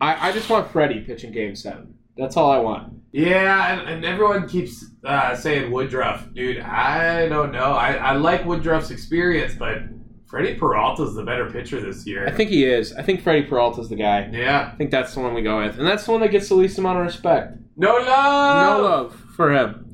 S2: I, I just want Freddie pitching Game Seven. That's all I want.
S1: Yeah, and, and everyone keeps uh, saying Woodruff, dude. I don't know. I, I like Woodruff's experience, but Freddie Peralta's the better pitcher this year.
S2: I think he is. I think Freddie Peralta's the guy.
S1: yeah.
S2: I think that's the one we go with, and that's the one that gets the least amount of respect. Uh,
S1: No love.
S2: No love for him.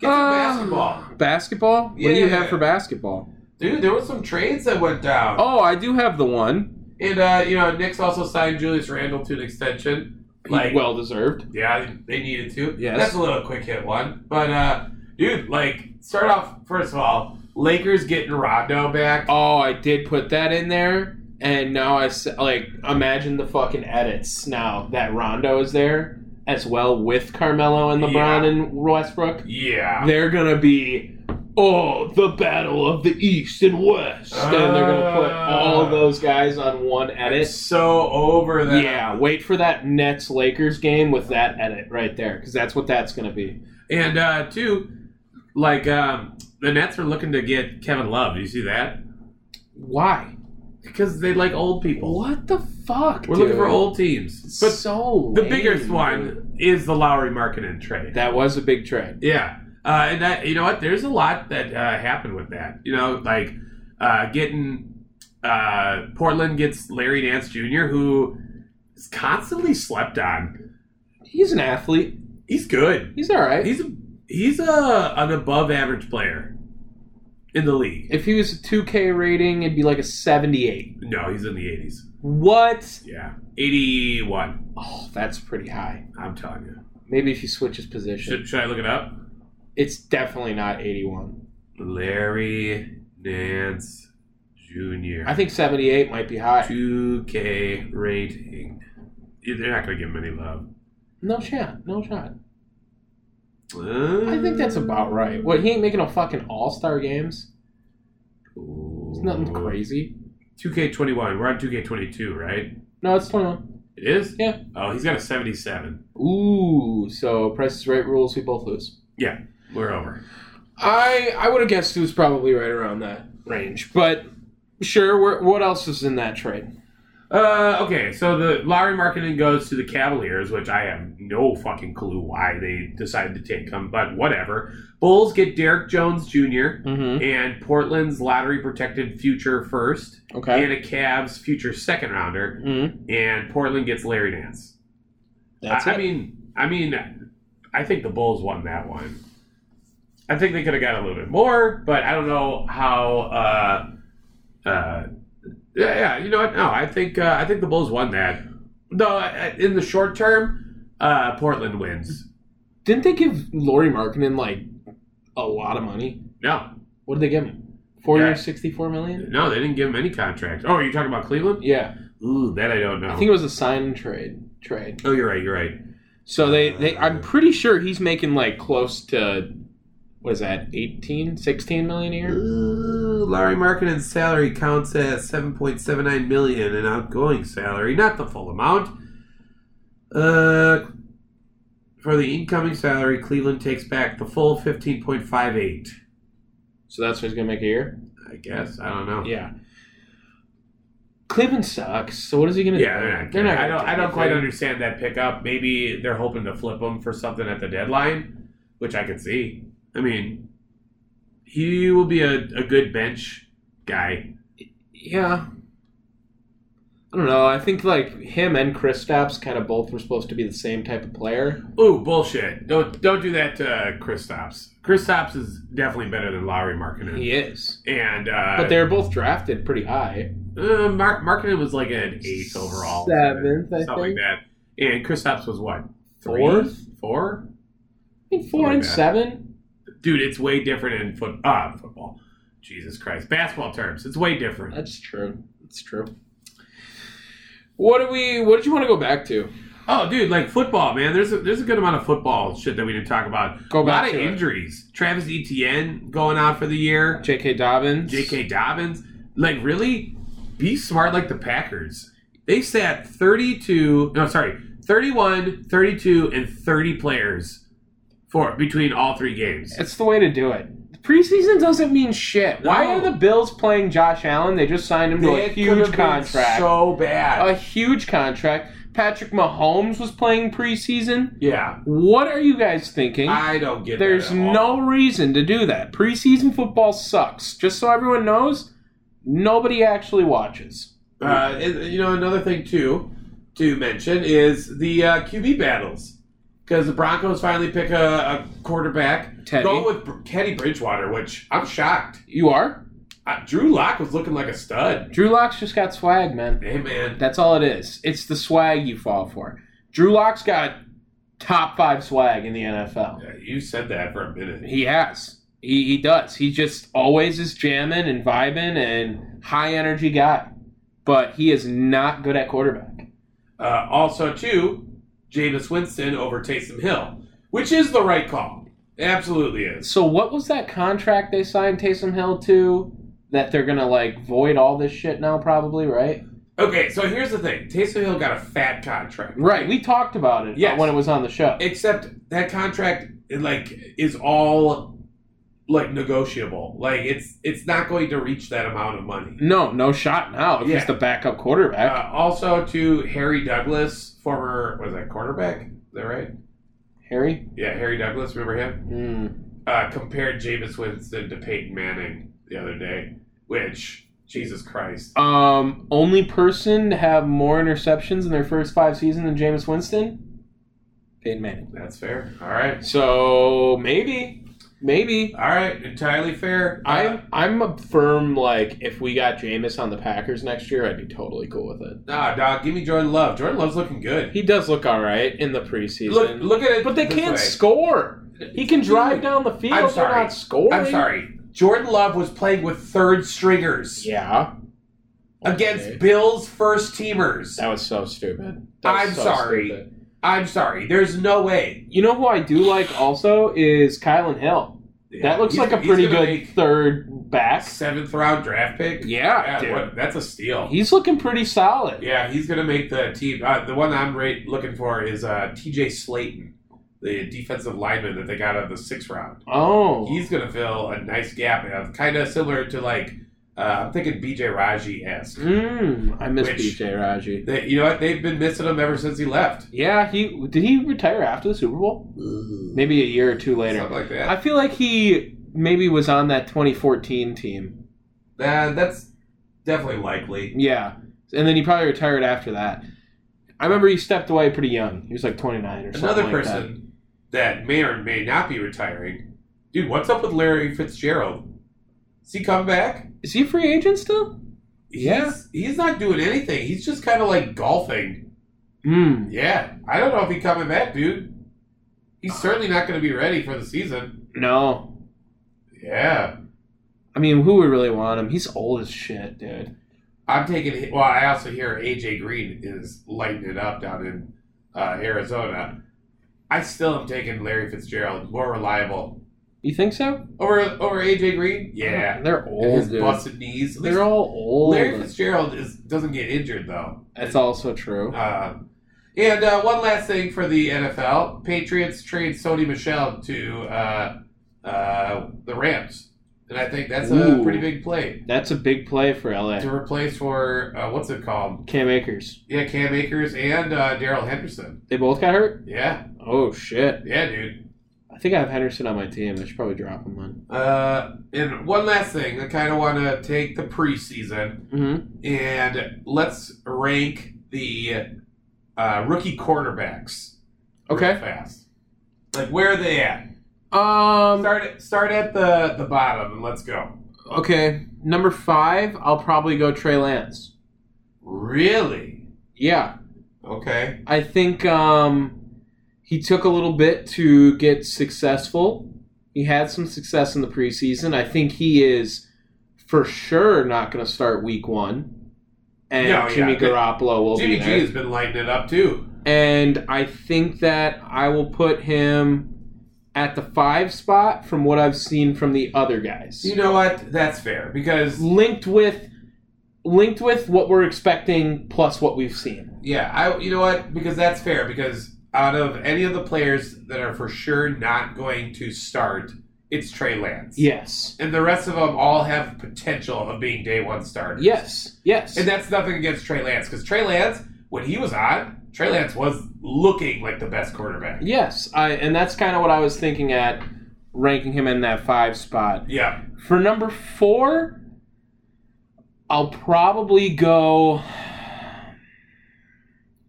S1: Get some
S2: Ah.
S1: basketball.
S2: Basketball? What do you
S1: Yeah.
S2: have for basketball?
S1: Dude, there were some trades that went down.
S2: Oh, I do have the one.
S1: And uh, you know, Knicks also signed Julius Randle to an extension. Like,
S2: well deserved.
S1: yeah, they needed to.
S2: Yes.
S1: that's a little quick hit one. But uh, dude, like, start off first of all, Lakers getting Rondo back.
S2: Oh, I did put that in there, and now I s- like imagine the fucking edits now that Rondo is there as well with Carmelo and LeBron
S1: Yeah.
S2: and Westbrook.
S1: Yeah,
S2: They're gonna be oh the battle of the East and West, and they're gonna put all those guys on one
S1: I'm
S2: edit.
S1: so over that.
S2: Yeah, wait for that Nets Lakers game with that edit right there, because that's what that's gonna be.
S1: and uh, two, like, um, the Nets are looking to get Kevin Love. Do you see that?
S2: Why?
S1: Because they like old people.
S2: What the fuck?
S1: We're looking
S2: dude?
S1: for old teams. But
S2: so
S1: the
S2: lame,
S1: biggest
S2: dude.
S1: one is the Lowry Marketing trade.
S2: That was a big trend.
S1: Yeah, uh, and that you know what? There's a lot that uh, happened with that. You know, like uh, getting uh, Portland gets Larry Nance Jr., who is constantly slept on.
S2: He's an athlete.
S1: He's good.
S2: He's all right.
S1: He's a, he's a an above average player. in the league.
S4: If he was a 2K rating, it'd be like a 78.
S1: No, he's in the 80s.
S4: What?
S1: Yeah. 81.
S4: Oh, that's pretty high.
S1: I'm telling you.
S4: Maybe if you switch his position,
S1: Should, should I look it up?
S4: it's definitely not 81.
S1: Larry Nance Jr.
S4: I think 78 might be high.
S1: 2K rating. They're not going to give him any love.
S4: No shot. No shot.
S1: Uh,
S4: I think that's about right. What, he ain't making no fucking All Star games? It's nothing crazy.
S1: 2K21. We're on 2K22, right?
S4: No, it's 21.
S1: It is?
S4: Yeah.
S1: Oh, he's got a 77.
S4: Ooh, so Price is Right rules, we both lose.
S1: Yeah. We're over.
S2: I I would have guessed it was probably right around that range, but sure. Where, what else is in that trade?
S1: Uh, okay, so the Lowry marketing goes to the Cavaliers, which I have no fucking clue why they decided to take him, but whatever. Bulls get Derek Jones Jr.
S2: Mm-hmm.
S1: and Portland's lottery protected future first,
S2: Okay.
S1: and a Cavs future second rounder,
S2: Mm-hmm.
S1: and Portland gets Larry Nance.
S2: That's
S1: I,
S2: it.
S1: I mean, I mean, I think the Bulls won that one. I think they could have got a little bit more, but I don't know how. Uh, uh, yeah, yeah, you know what? No, I think uh, I think the Bulls won that. No, I- I- in the short term, uh, Portland wins.
S2: Didn't they give Lori Markkinen like a lot of money?
S1: No,
S4: What did they give him? Four
S1: Yeah.
S4: years, 64 million?
S1: no, they didn't give him any contract. Oh, are you talking about Cleveland?
S4: Yeah.
S1: Ooh, that I don't know.
S4: I think it was a sign and trade. Trade.
S1: oh, you're right. You're right.
S2: So they, they I'm pretty sure he's making like close to what is that 18, 16 million a year?
S1: Ooh, Larry Markkinen's salary counts as seven point seven nine million in outgoing salary, not the full amount. Uh, for the incoming salary, Cleveland takes back the full fifteen point five eight.
S2: So that's what he's gonna make a year.
S1: I guess I don't know.
S2: Yeah. Cleveland sucks. So what is he gonna
S1: Yeah,
S2: do?
S1: they're not. They're not I
S2: gonna
S1: don't. I
S2: do
S1: don't quite
S2: anything.
S1: understand that pickup. Maybe they're hoping to flip him for something at the deadline, which I could see. I mean, he will be a, a good bench guy.
S2: Yeah. I don't know. I think like him and Kristaps kind of both were supposed to be the same type of player.
S1: Ooh, bullshit! Don't don't do that to uh, Chris Stops. Chris Stops is definitely better than Lowry Markkinen.
S2: He is,
S1: And uh,
S2: but they were both drafted pretty high.
S1: uh, Mark Markkinen was like an eighth overall,
S4: Seventh, I
S1: something like
S4: think.
S1: that. And Chris Stops was what three?
S2: Fourth?
S1: four?
S4: I mean, four
S1: Something
S4: and
S1: like that.
S4: seven?
S1: Dude, it's way different in foot uh, football. Jesus Christ, basketball terms, it's way different.
S2: That's true. That's true. What do we? What did you want to go back to?
S1: Oh, dude, like football, man. There's a, there's a good amount of football shit that we didn't talk about.
S2: Go
S1: a lot
S2: back
S1: of
S2: to it.
S1: injuries. Travis Etienne going out for the year.
S2: J.K. Dobbins.
S1: J.K. Dobbins. Like, really? Be smart like the Packers. They sat 32, no, sorry, 31, 32, and 30 players for between all three games.
S2: It's the way to do it. Preseason doesn't mean shit. Why
S1: No.
S2: are the Bills playing Josh Allen? They just signed him to a
S1: That could've
S2: huge
S1: been
S2: contract. Oh,
S1: So bad.
S2: a huge contract. Patrick Mahomes was playing preseason.
S1: yeah.
S2: What are you guys thinking?
S1: I don't get that
S2: There's
S1: at all.
S2: no reason to do that. Preseason football sucks. Just so everyone knows, nobody actually watches.
S1: Uh, and, you know, another thing too to mention is the uh, QB battles because the Broncos finally pick a, a quarterback.
S2: Teddy.
S1: Go with Br- Teddy Bridgewater, which I'm shocked.
S2: You are?
S1: Uh, Drew Lock was looking like a stud.
S2: Drew Locke's just got swag, man.
S1: Hey man,
S2: That's all it is. It's the swag you fall for. Drew Locke's got top five swag in the NFL.
S1: Yeah, you said that for a minute.
S2: He has. He, he does. He just always is jamming and vibing and high energy guy. But he is not good at quarterback.
S1: Uh, also, too, Jameis Winston over Taysom Hill, which is the right call. It absolutely is.
S2: So what was that contract they signed Taysom Hill to that they're gonna like void all this shit now probably, right?
S1: Okay, so here's the thing: Taysom Hill got a fat contract.
S2: Right. We talked about it uh,
S1: Yes.
S2: when it was on the show.
S1: except that contract it, like is all like negotiable like it's it's not going to reach that amount of money
S2: no, no shot now. If
S1: Yeah.
S2: he's the backup quarterback.
S1: uh, also to harry douglas former was that quarterback is that right
S2: Harry?
S1: yeah harry douglas remember him
S2: Mm.
S1: uh, compared Jameis winston to peyton manning the other day which jesus christ
S2: Um, only person to have more interceptions in their first five seasons than Jameis Winston? Peyton Manning.
S1: that's fair all right
S2: So maybe. Maybe.
S1: All right, entirely fair. Uh,
S2: I'm I'm a firm like if we got Jameis on the Packers next year, I'd be totally cool with it.
S1: Nah, dog, give me Jordan Love. Jordan Love's looking good.
S2: He does look all right in the preseason.
S1: Look, look at it.
S2: but they
S1: this
S2: can't
S1: way.
S2: score. He can drive
S1: Dude,
S2: down the field.
S1: I'm sorry.
S2: They're not scoring.
S1: I'm sorry. Jordan Love was playing with third stringers
S2: Yeah. Okay.
S1: against Bills first teamers.
S2: That was so stupid. That was
S1: I'm
S2: so
S1: sorry.
S2: stupid.
S1: I'm sorry. There's no way.
S2: You know who I do like also is Kylan Hill. that looks
S1: He's-
S2: like a
S1: he's
S2: pretty
S1: gonna
S2: good
S1: make
S2: third back.
S1: seventh round draft pick.
S2: Yeah,
S1: Yeah,
S2: dude.
S1: what- that's a steal.
S2: He's looking pretty solid.
S1: yeah, he's gonna make the team. Uh, the one I'm rate looking for is uh, T.J. Slayton, the defensive lineman that they got out of the sixth round.
S2: Oh.
S1: He's gonna fill a nice gap, kind of similar to like uh, I'm thinking B.J. Raji esque.
S2: Mm, I miss
S1: Which-
S2: BJ Raji.
S1: They, you know what? They've been missing him ever since he left.
S2: Yeah, he did he retire after the Super Bowl? Maybe a year or two later.
S1: Something like that.
S2: I feel like he maybe was on that 2014 team.
S1: Uh, that's definitely likely.
S2: Yeah. And then he probably retired after that. I remember he stepped away pretty young. He was like 29 or something.
S1: Another
S2: like that.
S1: person that. may or may not be retiring. Dude, what's up with Larry Fitzgerald? Is he coming back?
S2: Is he a free agent still? Yeah.
S1: He's, he's not doing anything. He's just kind of like golfing.
S2: Hmm.
S1: Yeah. I don't know if he's coming back, dude. He's certainly not going to be ready for the season.
S2: No.
S1: Yeah.
S2: I mean, who would really want him? He's old as shit, dude.
S1: I'm taking. Well, I also hear AJ Green is lighting it up down in uh, Arizona. I still am taking Larry Fitzgerald, more reliable
S2: You think so?
S1: over over AJ Green. Yeah,
S2: They're
S1: and his
S2: old, dude.
S1: busted knees. At
S2: They're
S1: least
S2: all old.
S1: Larry Fitzgerald is doesn't get injured though.
S2: That's also true.
S1: Uh, and uh, one last thing for the NFL: Patriots trade Sony Michelle to uh, uh, the Rams, and I think that's a
S2: Ooh.
S1: pretty big play
S2: That's a big play for LA.
S1: to replace for uh, what's it called?
S2: Cam Akers.
S1: Yeah, Cam Akers and uh, Daryl Henderson.
S2: They both got hurt?
S1: Yeah,
S2: Oh, shit.
S1: yeah, dude.
S2: I think I have Henderson on my team. I should probably drop him then.
S1: Uh, and one last thing, I kind of want to take the preseason
S2: Mm-hmm.
S1: and let's rank the uh, rookie quarterbacks. real
S2: Okay.
S1: fast. Like where are they at?
S2: Um.
S1: Start at, start at the the bottom and let's go.
S2: Okay. Number five, I'll probably go Trey Lance.
S1: Really?
S2: Yeah.
S1: Okay.
S2: I think um, he took a little bit to get successful. He had some success in the preseason. I think he is for sure not going to start week one. And
S1: No, yeah,
S2: Jimmy
S1: but-
S2: Garoppolo will
S1: Jimmy
S2: be
S1: G
S2: there.
S1: has been lighting it up too.
S2: And I think that I will put him at the five spot from what I've seen from the other guys.
S1: You know what? That's fair because
S2: linked with linked with what we're expecting plus what we've seen.
S1: yeah, I you know what? Because that's fair because out of any of the players that are for sure not going to start, it's Trey Lance.
S2: Yes.
S1: And the rest of them all have potential of being day one starters.
S2: Yes. Yes.
S1: And that's nothing against Trey Lance because Trey Lance, when he was on, Trey Lance was looking like the best quarterback.
S2: Yes, I and that's kind of what I was thinking at ranking him in that five spot.
S1: Yeah.
S2: For number four, I'll probably go.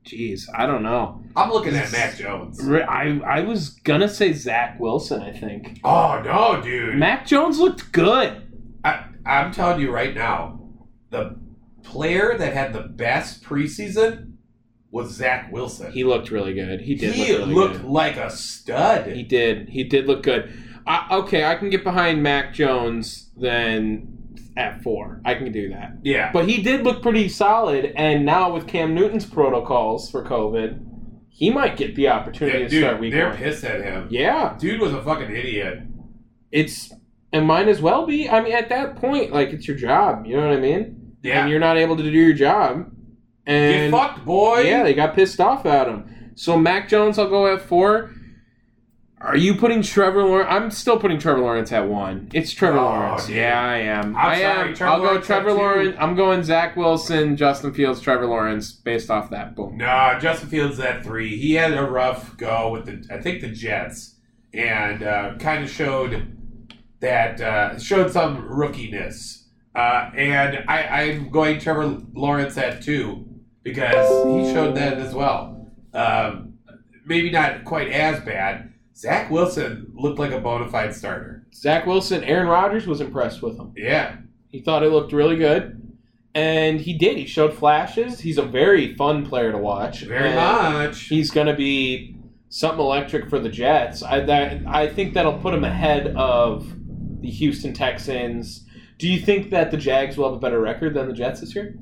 S2: Jeez, I don't know.
S1: I'm looking at Mac Jones.
S2: Re- I I was gonna say Zach Wilson. I think
S1: Oh no, dude!
S2: Mac Jones looked good.
S1: I, I'm telling you right now, the player that had the best preseason was Zach Wilson.
S2: He looked really good. He did.
S1: He
S2: look really
S1: looked
S2: good.
S1: like a stud.
S2: He did. He did look good. I, okay, I can get behind Mac Jones then at four. I can do that.
S1: yeah,
S2: But he did look pretty solid, and now with Cam Newton's protocols for COVID, he might get the opportunity
S1: Yeah,
S2: to start
S1: dude,
S2: week
S1: they're
S2: one.
S1: pissed at him.
S2: Yeah,
S1: Dude was a fucking idiot.
S2: it's and might as well be. I mean, at that point, like it's your job. You know what I mean?
S1: Yeah,
S2: And you're not able to do your job,
S1: get
S2: and
S1: fucked, boy.
S2: yeah, they got pissed off at him. So Mac Jones, I'll go at four. Are you putting Trevor Lawrence? I'm still putting Trevor Lawrence at one. It's Trevor
S1: Oh,
S2: Lawrence.
S1: dude.
S2: Yeah, I am. I
S1: sorry,
S2: am.
S1: Trevor
S2: I'll go
S1: Lawrence at
S2: Trevor
S1: two.
S2: Lawrence. I'm going Zach Wilson, Justin Fields, Trevor Lawrence, based off that. Boom.
S1: Nah, Justin Fields at three. He had a rough go with the, I think the Jets, and uh, kind of showed that uh, showed some rookiness. Uh, and I, I'm going Trevor Lawrence at two because he showed that as well. Um, maybe not quite as bad. Zach Wilson looked like a bona fide starter.
S2: Zach Wilson, Aaron Rodgers was impressed with him.
S1: Yeah.
S2: He thought it looked really good, and he did. He showed flashes. He's a very fun player to watch.
S1: Very
S2: and
S1: much.
S2: He's going to be something electric for the Jets. I that I think that'll put him ahead of the Houston Texans. Do you think that the Jags will have a better record than the Jets this year?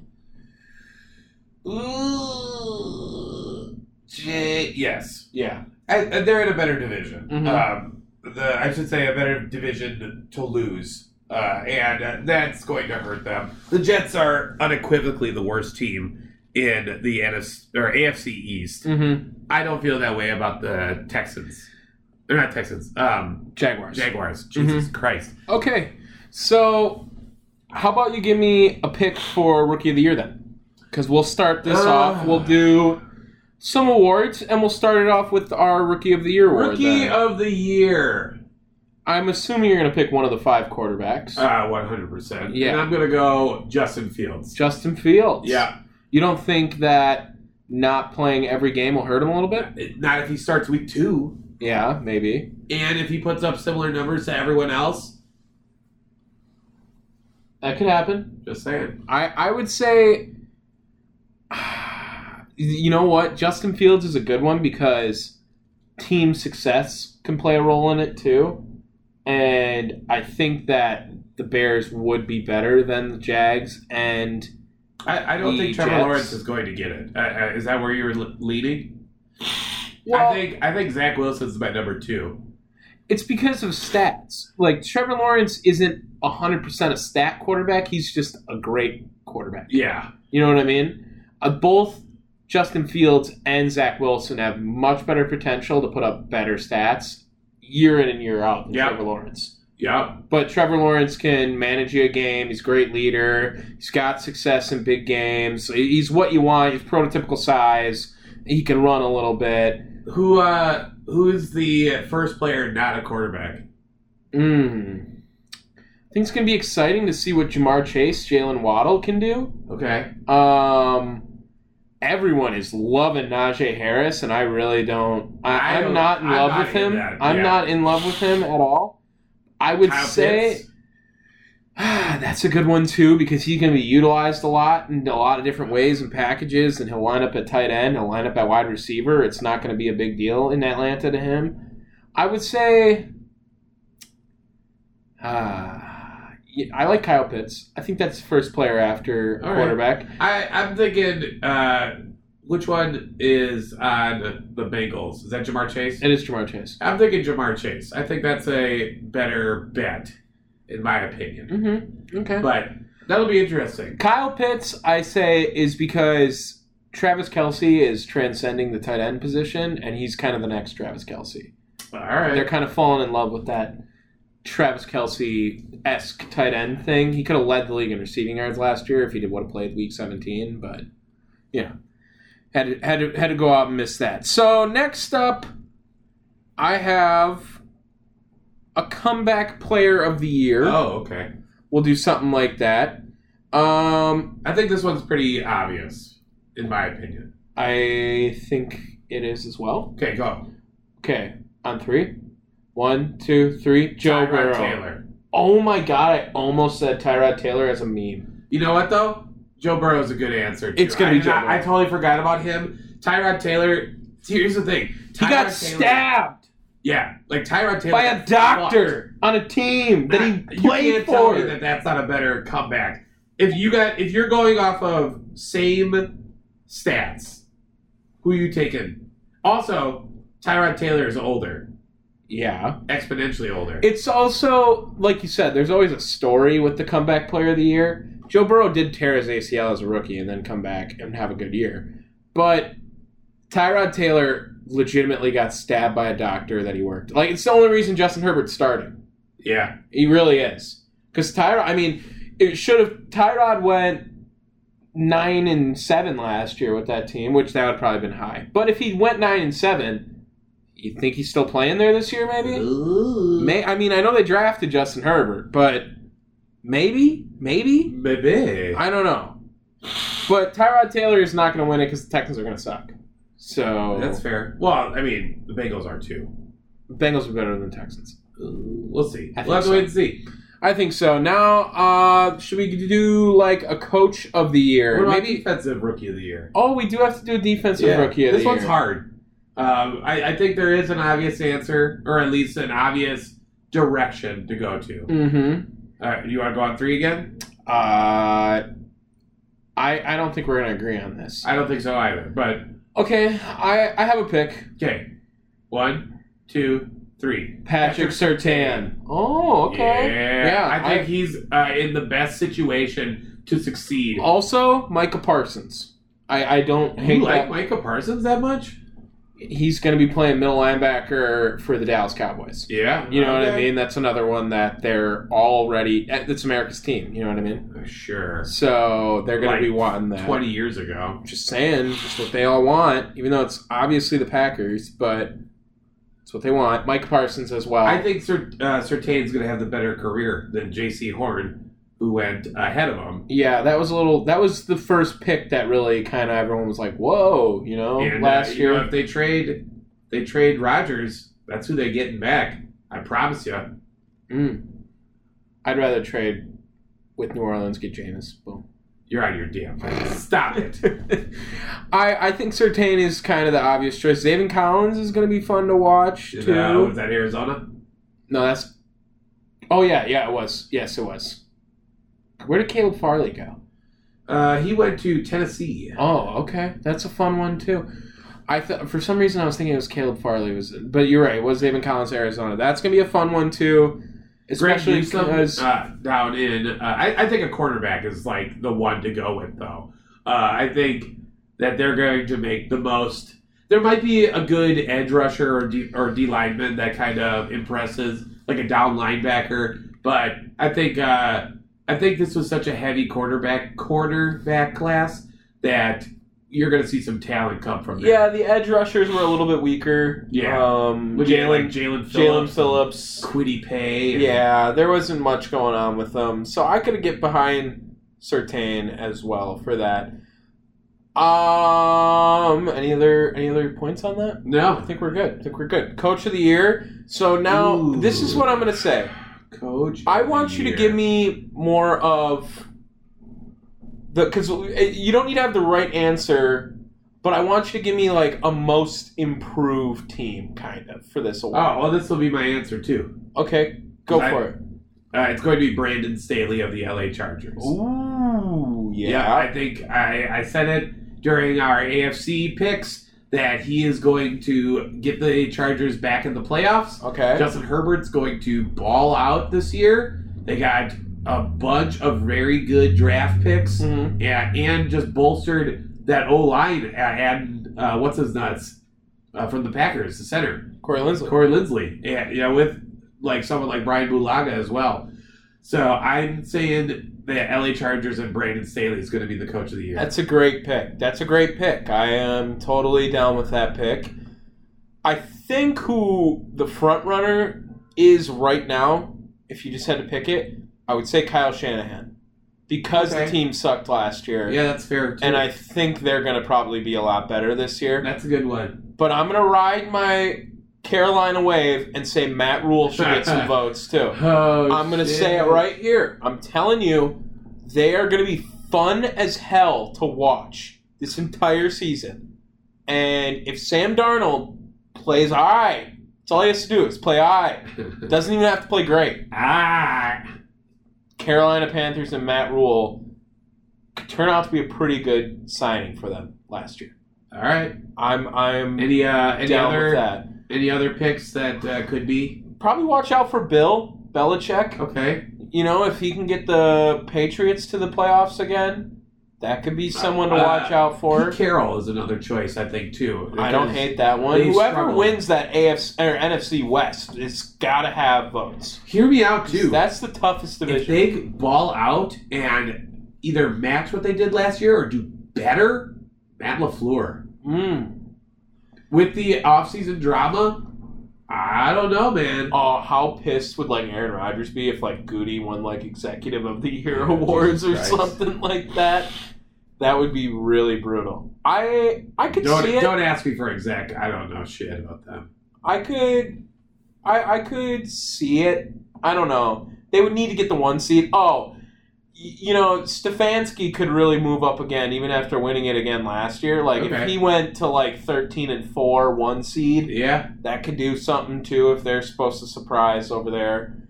S1: Ooh. J- yes.
S2: Yeah.
S1: I, I- they're in a better division.
S2: Mhm.
S1: Um, the I should say a better division to lose, uh, and uh, that's going to hurt them. The Jets are unequivocally the worst team in the NFC or AFC East.
S2: Mm-hmm.
S1: I don't feel that way about the Texans. They're not Texans. Um,
S2: Jaguars.
S1: Jaguars. Jesus Christ.
S2: Okay. So, how about you give me a pick for Rookie of the Year then? Because we'll start this
S1: Uh.
S2: off. We'll do some awards, and we'll start it off with our Rookie of the Year award.
S1: Rookie
S2: then.
S1: of the year.
S2: I'm assuming you're going to pick one of the five quarterbacks.
S1: Uh, 100%.
S2: Yeah.
S1: And I'm going to go Justin Fields.
S2: Justin Fields.
S1: Yeah.
S2: You don't think that not playing every game will hurt him a little bit?
S1: Not if he starts week two.
S2: Yeah, maybe.
S1: And if he puts up similar numbers to everyone else,
S2: That could happen.
S1: just saying.
S2: I, I would say, you know what? Justin Fields is a good one because team success can play a role in it too. And I think that the Bears would be better than the Jags. And
S1: I, I don't
S2: The
S1: think Trevor
S2: Jets.
S1: Lawrence is going to get it. Uh, uh, is that where you're le- leading?
S2: Well-
S1: I think I think Zach Wilson's my number two.
S2: it's because of stats. Like, Trevor Lawrence isn't 100% a stat quarterback, he's just a great quarterback.
S1: Yeah,
S2: You know what I mean? Uh, both Justin Fields and Zach Wilson have much better potential to put up better stats year in and year out than
S1: Yeah.
S2: Trevor Lawrence.
S1: yep,
S2: But Trevor Lawrence can manage you a game. He's a great leader. He's got success in big games. He's what you want. He's prototypical size. He can run a little bit.
S1: Who uh who is the first player not a quarterback?
S2: Mm. I think it's going to be exciting to see what Jamar Chase, Jalen Waddle can do.
S1: Okay,
S2: Um, everyone is loving Najee Harris, and I really don't.
S1: I
S2: I, I'm
S1: don't-
S2: not in
S1: I'm
S2: love
S1: not
S2: with
S1: in
S2: him.
S1: that,
S2: I'm
S1: yeah.
S2: not in love with him at all. I would
S1: Kyle
S2: say
S1: Pitts?
S2: that's a good one too because he's going to be utilized a lot in a lot of different ways and packages, and he'll line up at tight end, he'll line up at wide receiver. It's not going to be a big deal in Atlanta to him. I would say. ah, yeah, I like Kyle Pitts. I think that's first player after
S1: All right.
S2: quarterback.
S1: I I'm thinking uh which one is on the Bengals? Is that Jamar Chase?
S2: It is Jamar Chase.
S1: I'm thinking Jamar Chase. I think that's a better bet, in my opinion.
S2: Mm-hmm. Okay.
S1: But that'll be interesting.
S2: Kyle Pitts, I say, is because Travis Kelsey is transcending the tight end position, and he's kind of the next Travis Kelsey.
S1: All right.
S2: They're kind of falling in love with that Travis Kelsey esque tight end thing. He could have led the league in receiving yards last year if he did would have played Week 17, but yeah, had to, had to, had to go out and miss that. So next up, I have a comeback player of the year.
S1: Oh, okay.
S2: We'll do something like that. Um,
S1: I think this one's pretty obvious, in my opinion.
S2: I think it is as well.
S1: Okay, go.
S2: Okay, on three. One, two, three. Joe
S1: Tyrod
S2: Burrow.
S1: Taylor.
S2: Oh my god! I almost said Tyrod Taylor as a meme.
S1: You know what though? Joe Burrow's a good answer. too.
S2: It's gonna
S1: I
S2: be
S1: did
S2: Joe
S1: not- I
S2: Burrow.
S1: totally forgot about him. Tyrod Taylor. Here's the thing.
S2: He got
S1: Tyrod Taylor-
S2: stabbed
S1: Yeah, like Tyrod Taylor
S2: by a doctor on a team
S1: fucked.
S2: that he
S1: Not- you
S2: played
S1: can't tell
S2: for.
S1: me that that's not a better comeback. If you got, if you're going off of same stats, who you taking? Also, Tyrod Taylor is older,
S2: yeah.
S1: exponentially older.
S2: It's also like you said. There's always a story with the comeback player of the year. Joe Burrow did tear his ACL as a rookie and then come back and have a good year, but Tyrod Taylor legitimately got stabbed by a doctor that he worked. Like it's the only reason Justin Herbert's starting.
S1: yeah,
S2: He really is. Because Tyrod, I mean, it should have. Tyrod went nine and seven last year with that team, which that would have probably been high. But if he went nine and seven, you think he's still playing there this year? Maybe. May I mean I know they drafted Justin Herbert, but maybe, maybe
S1: maybe.
S2: I don't know. But Tyrod Taylor is not going to win it because the Texans are going to suck. So
S1: That's fair. Well, I mean, the Bengals are too. Uh,
S2: Bengals are better than the Texans.
S1: We'll see.
S2: I
S1: We'll have
S2: think
S1: to wait and see.
S2: I think so. Now, uh, should we do like a coach of the year?
S1: What about
S2: Maybe.
S1: defensive rookie of the year?
S2: Oh, we do have to do a defensive rookie of
S1: this
S2: the
S1: one's
S2: year.
S1: hard. Um, I, I think there is an obvious answer, or at least an obvious direction to go to.
S2: Mm-hmm.
S1: All right, you want to go on three again?
S2: Uh, I I don't think we're gonna agree on this.
S1: I don't think so either. But
S2: Okay, I I have a pick.
S1: okay, one, two, three.
S2: Patrick Sertan. Oh, okay.
S1: Yeah,
S2: Yeah,
S1: I think
S2: I-
S1: he's uh, in the best situation to succeed.
S2: Also, Micah Parsons. I Oh, I don't
S1: you
S2: hate
S1: like
S2: that.
S1: Micah Parsons that much?
S2: He's gonna be playing middle linebacker for the Dallas Cowboys.
S1: Yeah,
S2: You know what I
S1: okay.
S2: mean? That's another one that they're already. It's America's team. You know what I mean?
S1: Sure.
S2: So they're going
S1: Like
S2: to be wanting that.
S1: Twenty years ago.
S2: Just saying, just what they all want. Even though it's obviously the Packers, but it's what they want. Mike Parsons as well.
S1: I think Sir, uh, Sertain's going to have the better career than J.C. Horn, who went ahead of him.
S2: yeah, that was a little. That was the first pick that really kind of everyone was like, "Whoa," you know.
S1: and
S2: Oh, last
S1: uh, you
S2: year,
S1: know, if they trade, they trade Rodgers. That's who they're getting back. I promise you.
S2: Mm. I'd rather trade with New Orleans get Jameis. Boom.
S1: You're out of your damn mind. Stop it.
S2: I, I think Sertain is kind of the obvious choice. Zayvon Collins is going to be fun to watch
S1: Is,
S2: too.
S1: uh, was that Arizona?
S2: No, that's. Oh yeah, yeah, it was. Yes, it was. Where did Caleb Farley go?
S1: Uh, he went to Tennessee.
S2: Oh, okay, that's a fun one too. I thought for some reason I was thinking it was Caleb Farley was, but you're right. It was David Collins, Arizona? That's gonna be a fun one too,
S1: Greg
S2: especially
S1: Newsom
S2: because
S1: uh, down in. Uh, I, I think a quarterback is like the one to go with, though. Uh, I think that they're going to make the most. There might be a good edge rusher or D, or D lineman that kind of impresses, like a down linebacker. But I think uh, I think this was such a heavy quarterback quarterback class that you're going to see some talent come from there.
S2: yeah, the edge rushers were a little bit weaker.
S1: Yeah.
S2: um,
S1: Would you like
S2: Jalen
S1: Jalen
S2: Jalen
S1: Phillips,
S2: Phillips.
S1: Quiddy Pay? and-
S2: Yeah, there wasn't much going on with them, so I could get behind Sertain as well for that. Um, any other any other points on that? I
S1: No.
S2: think we're good. I think we're good. Coach of the year. So now
S1: Ooh.
S2: this is what I'm gonna say.
S1: Coach.
S2: I want you to
S1: here.
S2: give me more of the because you don't need to have the right answer, but I want you to give me like a most improved team kind of for this award.
S1: Oh well, this will be my answer too.
S2: Okay, go
S1: Oh. I-
S2: for it.
S1: Uh, it's going to be Brandon Staley of the LA Chargers.
S2: Ooh, yeah.
S1: I think I, I said it during our AFC picks that he is going to get the Chargers back in the playoffs.
S2: Okay.
S1: Justin Herbert's going to ball out this year. They got a bunch of very good draft picks.
S2: Mhm.
S1: Yeah, and just bolstered that O line and uh, what's his nuts uh, from the Packers, the center.
S2: Corey Lindsley.
S1: Corey Lindsley, and you know, with like someone like Brian Bulaga as well. So I'm saying the LA Chargers and Brandon Staley is going to be the coach of the year.
S2: That's a great pick. That's a great pick. I am totally down with that pick. I think who the front runner is right now, if you just had to pick it, I would say Kyle Shanahan. Because
S1: Okay.
S2: the team sucked last year.
S1: yeah, that's fair. Too.
S2: And I think they're going to probably be a lot better this year.
S1: that's a good one.
S2: But I'm going to ride my Carolina wave and say Matt Rule should get some votes, too.
S1: Oh,
S2: I'm gonna say it right here. I'm telling you, they are gonna be fun as hell to watch this entire season. And if Sam Darnold plays all right, that's all he has to do is play all right. Doesn't even have to play great.
S1: ah,
S2: Carolina Panthers and Matt Rule could turn out to be a pretty good signing for them last year.
S1: all right.
S2: I'm I'm
S1: Any uh, any
S2: down with
S1: other
S2: that.
S1: any other picks that uh, could be
S2: Probably watch out for Bill Belichick.
S1: okay?
S2: You know, if he can get the Patriots to the playoffs again, that could be someone to
S1: Uh,
S2: watch out for.
S1: Pete Carroll is another choice, I think too.
S2: I don't
S1: because-
S2: hate that one.
S1: they
S2: Whoever
S1: struggle.
S2: wins that AFC or NFC West, it's got to have votes.
S1: Hear me out too.
S2: That's the toughest
S1: if
S2: division.
S1: they ball out and either match what they did last year or do better, Matt LaFleur.
S2: Mm.
S1: With the offseason drama, I don't know, man.
S2: Oh, how pissed would like Aaron Rodgers be if like Goody won like Executive of the Year awards or
S1: Jesus Christ.
S2: something like that? That would be really brutal. I I could
S1: Don't,
S2: see it.
S1: don't ask me for exec. I don't know shit about them.
S2: I could I, I could see it. I don't know. They would need to get the one seed. Oh, y- you know, Stefanski could really move up again, even after winning it again last year. Like if
S1: Okay.
S2: he went to like thirteen and four, one seed,
S1: Yeah.
S2: that could do something too if they're supposed to surprise over there.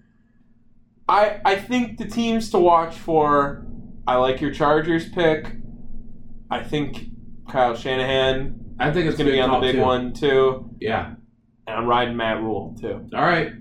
S2: I I think the teams to watch for. I like your Chargers pick. I think Kyle Shanahan
S1: I think
S2: is
S1: it's
S2: going to be on the big
S1: one.
S2: one too,
S1: Yeah.
S2: and I'm riding Matt Rule too.
S1: All right.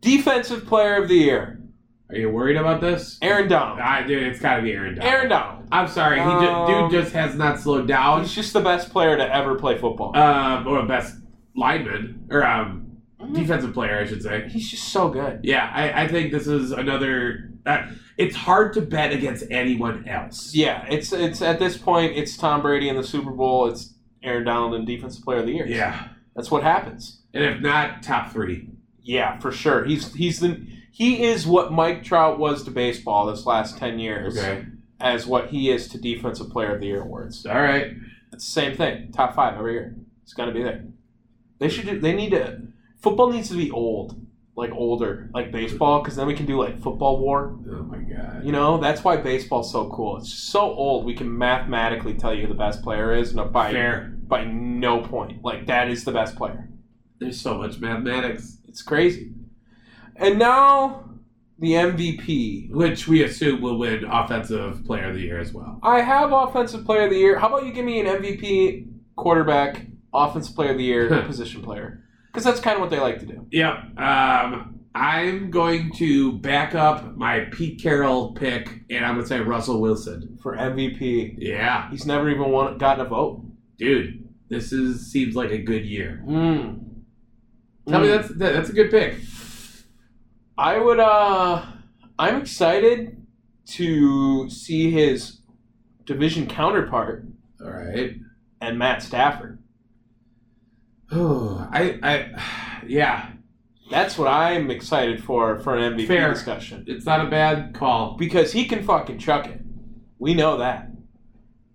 S2: Defensive Player of the Year,
S1: Are you worried about this?
S2: Aaron Donald.
S1: I dude, it's got to be Aaron Donald.
S2: Aaron Donald.
S1: I'm sorry, he ju-
S2: Um,
S1: dude just has not slowed down.
S2: He's just the best player to ever play football.
S1: Um, or best lineman or um,
S2: Mm.
S1: defensive player, I should say.
S2: He's just so good.
S1: Yeah, I, I think this is another. Uh, it's hard to bet against anyone else.
S2: Yeah, it's it's at this point it's Tom Brady in the Super Bowl. It's Aaron Donald and Defensive Player of the Year.
S1: Yeah,
S2: that's what happens.
S1: and if not top three,
S2: Yeah, for sure. He's he's the he is what Mike Trout was to baseball this last ten years,
S1: okay,
S2: as what he is to Defensive Player of the Year awards.
S1: all right.
S2: It's the same thing. Top five every year. It's got to be there. They should. do- They need to. Football needs to be old, like older, like baseball, because then we can do like football war.
S1: Oh my god.
S2: You know, that's why baseball's so cool. It's so old. We can mathematically tell you who the best player is, and by
S1: Fair.
S2: by no point, like that is the best player.
S1: There's so much mathematics,
S2: It's crazy. And now the MVP.
S1: which we assume will win offensive player of the year as well.
S2: I have offensive player of the year. How about you give me an MVP, quarterback, offensive player of the year, position player? Because that's kind of what they like to do.
S1: Yep. Um, I'm going to back up my Pete Carroll pick, and I'm gonna say Russell Wilson.
S2: For MVP,
S1: Yeah,
S2: he's never even won, gotten a vote.
S1: dude, this is seems like a good year.
S2: Mm.
S1: Hmm. Tell me
S2: Mm.
S1: that's that, that's a good pick.
S2: I would. uh I'm excited to see his division counterpart
S1: All right.
S2: and Matt Stafford.
S1: Oh, I, I, yeah,
S2: That's what I'm excited for for an MVP
S1: Fair.
S2: discussion.
S1: it's not a bad call.
S2: because he can fucking chuck it. We know that.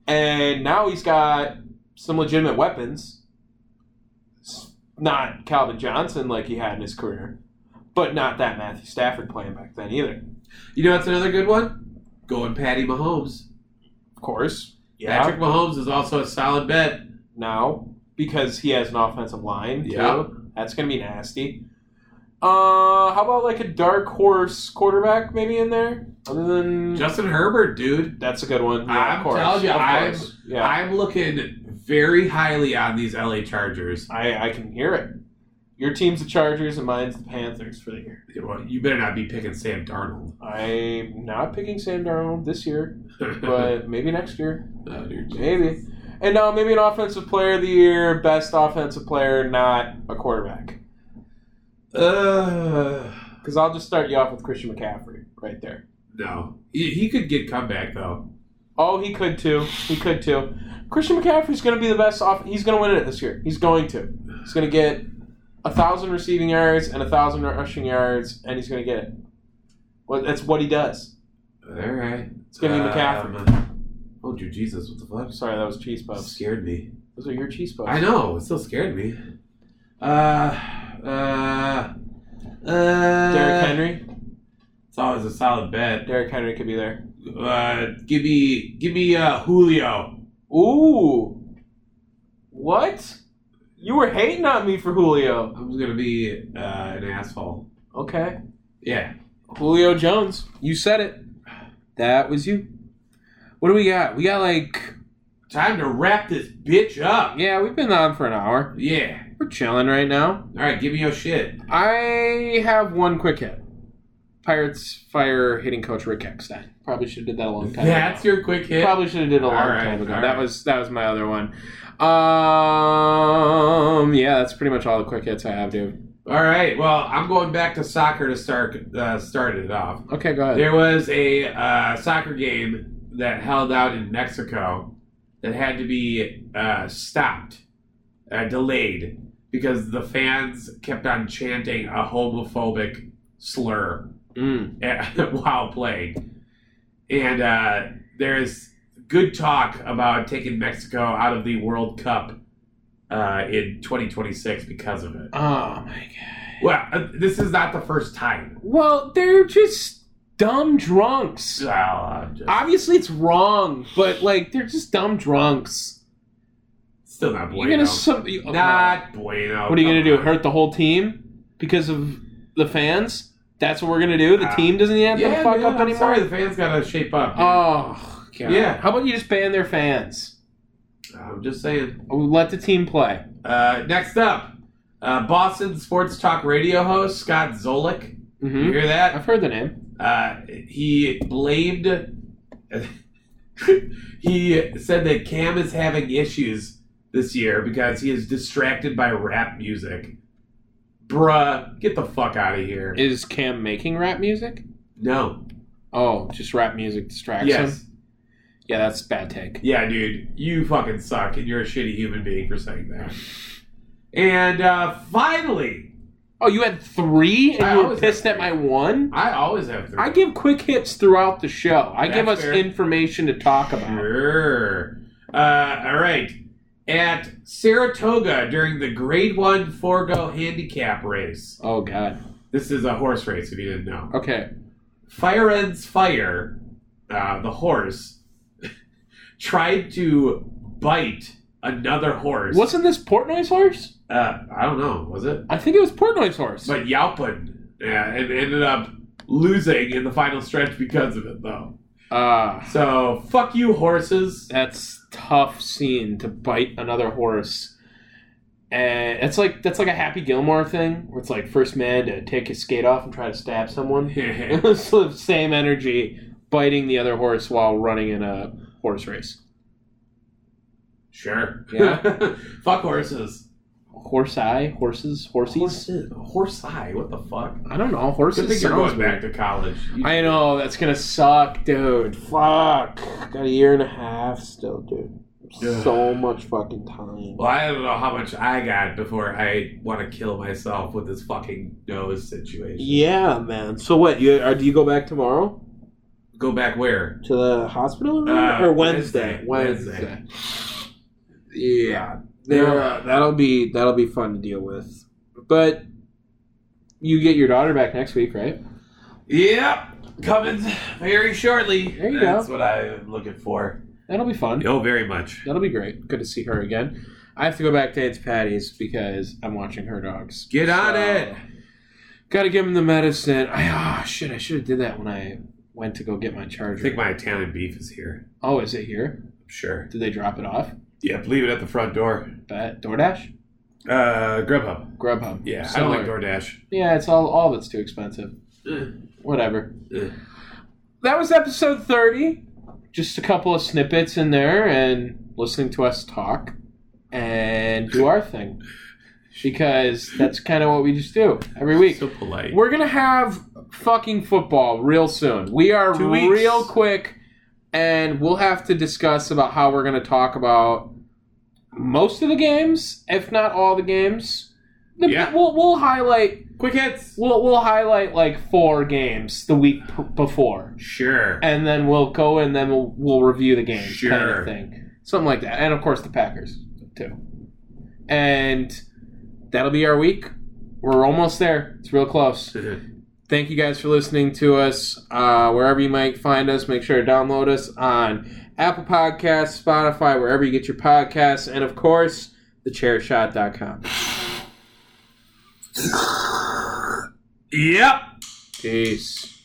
S2: And now he's got some legitimate weapons. It's Not Calvin Johnson like he had in his career, but not that Matthew Stafford playing back then either.
S1: You know, that's another good one. Going Patty Mahomes.
S2: Of course.
S1: Patrick Mahomes is also a solid bet.
S2: Now, because he has an offensive line, too.
S1: Yeah.
S2: That's going to be nasty. Uh, how about like a dark horse quarterback maybe in there? Other than
S1: Justin Herbert, dude.
S2: that's a good one. Yeah,
S1: I'm
S2: of course.
S1: telling you,
S2: Of
S1: I'm-
S2: course. yeah.
S1: I'm looking very highly on these LA Chargers.
S2: I, I can hear it. Your team's the Chargers and mine's the Panthers for the year.
S1: Well, You better not be picking Sam Darnold.
S2: I'm not picking Sam Darnold this year, but maybe next year.
S1: Oh, dear.
S2: Maybe. And now maybe an offensive player of the year, best offensive player, not a quarterback.
S1: uh,
S2: Because I'll just start you off with Christian McCaffrey right there.
S1: no. He, he could get comeback, though.
S2: Oh, he could too. He could too. Christian McCaffrey's going to be the best off. He's going to win it this year. He's going to. He's going to get a thousand receiving yards and a thousand rushing yards, and he's going to get it. Well, that's what he does.
S1: All right. Uh,
S2: It's gonna be McCaffrey.
S1: oh, dear Jesus. What the fuck?
S2: Sorry, that was cheese puffs.
S1: Scared me.
S2: Those are your cheese puffs.
S1: I know. It still scared me. Uh, uh, uh.
S2: Derrick Henry.
S1: It's always a solid bet.
S2: Derrick Henry could be there.
S1: Uh, give me, give me, uh, Julio.
S2: Ooh. What? You were hating on me for Julio.
S1: I'm gonna be uh, an asshole.
S2: Okay.
S1: Yeah.
S2: Julio Jones.
S5: You said it. That was you. What do we got? We got like
S1: Time to wrap this bitch up.
S5: yeah, we've been on for an hour.
S1: Yeah.
S5: We're chilling right now.
S1: All right. Give me your shit.
S5: I have one quick hit. Pirates fire hitting coach Rick Eckstein. Probably should have did that a long time. ago.
S1: That's your quick hit.
S5: Probably should have did a long
S1: All right,
S5: time ago.
S1: all
S5: That
S1: right.
S5: was that was my other one. Um, yeah, that's pretty much all the quick hits I have, dude.
S1: All right. Well, I'm going back to soccer to start uh, start it off.
S5: Okay, go ahead.
S1: There was a uh, soccer game that held out in Mexico that had to be uh, stopped, uh, delayed, because the fans kept on chanting a homophobic slur
S5: Mm.
S1: while playing. And uh, there is good talk about taking Mexico out of the World Cup uh, in 2026 because of it.
S2: Oh my god.
S1: Well, uh, this is not the first time.
S2: Well, they're just dumb drunks.
S1: Well, uh, I'm just,
S2: Obviously, it's wrong, but like they're just dumb drunks.
S1: still not
S2: You're
S1: bueno.
S2: gonna some
S1: not bueno.
S2: What are you
S1: Come
S2: gonna do?
S1: on.
S2: Hurt the whole team because of the fans? That's what we're gonna do. The
S1: Ah.
S2: team doesn't have
S1: Yeah,
S2: to fuck
S1: dude,
S2: up
S1: I'm
S2: anymore.
S1: Sorry, the fans gotta shape up. dude.
S2: Oh god.
S1: Yeah.
S2: How about you just ban their fans?
S1: I'm just saying.
S2: Let the team play.
S1: Uh, next up, uh, Boston sports talk radio host Scott Zolik. You
S2: hmm
S1: hear that?
S2: I've heard the name.
S1: Uh, he blamed. he said that Cam is having issues this year because he is distracted by rap music. Bruh, get the fuck out of here.
S2: Is Cam making rap music?
S1: no.
S2: Oh, just rap music distracts him.
S1: Yes.
S2: Yeah, that's a bad take.
S1: Yeah, dude, you fucking suck, and you're a shitty human being for saying that. And uh, finally,
S2: Oh, you had three, and
S1: I
S2: you were
S1: always
S2: pissed
S1: have
S2: at my one.
S1: I always have three.
S2: I give quick hits throughout the show. I
S1: That's
S2: give us
S1: fair.
S2: information to talk about.
S1: Sure. Uh, all right. At Saratoga during the Grade One Forgo Handicap Race.
S2: Oh god.
S1: This is a horse race, if you didn't know.
S2: Okay.
S1: Fire Ends Fire, uh, the horse, tried to bite another horse.
S2: Wasn't this Portnoy's horse?
S1: Uh, I don't know, was it?
S2: I think it was Portnoy's horse.
S1: But Yalpin yeah, and ended up losing in the final stretch because of it, though.
S2: Ah,
S1: So, fuck you, horses.
S2: that's tough scene to bite another horse. And it's like that's like a Happy Gilmore thing, where it's like first man to take his skate off and try to stab someone.
S1: yeah,
S2: it's the same energy biting the other horse while running in a horse race.
S1: sure.
S2: Yeah.
S1: fuck horses.
S2: Horse eye, horses, horsies.
S1: Horse eye, what the fuck?
S2: I don't know.
S1: Good
S2: Horses
S1: thing you're
S2: sounds
S1: going
S2: weird.
S1: back to college. You-
S2: I know that's gonna suck, dude. Fuck. Got a year and a half still, dude.
S1: Ugh.
S2: So much fucking time.
S1: Well, I don't know how much I got before I want to kill myself with this fucking nose situation.
S2: Yeah, man. So what? You uh, do you go back tomorrow
S1: Go back where?
S2: to the hospital room?
S1: Uh,
S2: or Wednesday?
S1: Wednesday.
S2: Yeah, There- uh, that'll be that'll be fun to deal with. But you get your daughter back next week, right?
S1: Yep, coming very shortly.
S2: There you go.
S1: That's what I'm looking for.
S2: That'll be fun.
S1: No, very much.
S2: That'll be great. Good to see her again. I have to go back to Aunt's Patty's because I'm watching her dogs.
S1: Get on
S2: So,
S1: it.
S2: Gotta give him the medicine. I, oh, shit, I should have did that when I went to go get my
S1: I
S2: charger.
S1: think my Italian beef is here.
S2: oh, is it here?
S1: I'm sure.
S2: Did they drop it off?
S1: Yep, leave it at the front door.
S2: Bet DoorDash,
S1: Uh, Grubhub.
S2: Grubhub.
S1: Yeah, I
S2: Similar.
S1: don't like DoorDash.
S2: Yeah, it's all all of it's too expensive.
S1: Ugh.
S2: Whatever.
S1: Ugh.
S2: That was episode thirty. Just a couple of snippets in there, and listening to us talk and do our thing, because that's kind of what we just do every week.
S1: So polite.
S2: We're gonna have fucking football real soon. We are
S1: Two weeks.
S2: real quick, and we'll have to discuss about how we're gonna talk about most of the games, if not all the games. The-
S1: Yeah.
S2: We'll, we'll highlight.
S1: Quick hits.
S2: We'll, we'll highlight like four games the week p- before,
S1: Sure.
S2: and then we'll go and then we'll, we'll review the games, kind of
S1: Sure.
S2: thing, something like that. And of course, the Packers too. And that'll be our week. We're almost there. It's real close thank you guys for listening to us uh, wherever you might find us make sure to download us on apple podcasts spotify wherever you get your podcasts and of course thechairshot.com
S1: yep.
S2: peace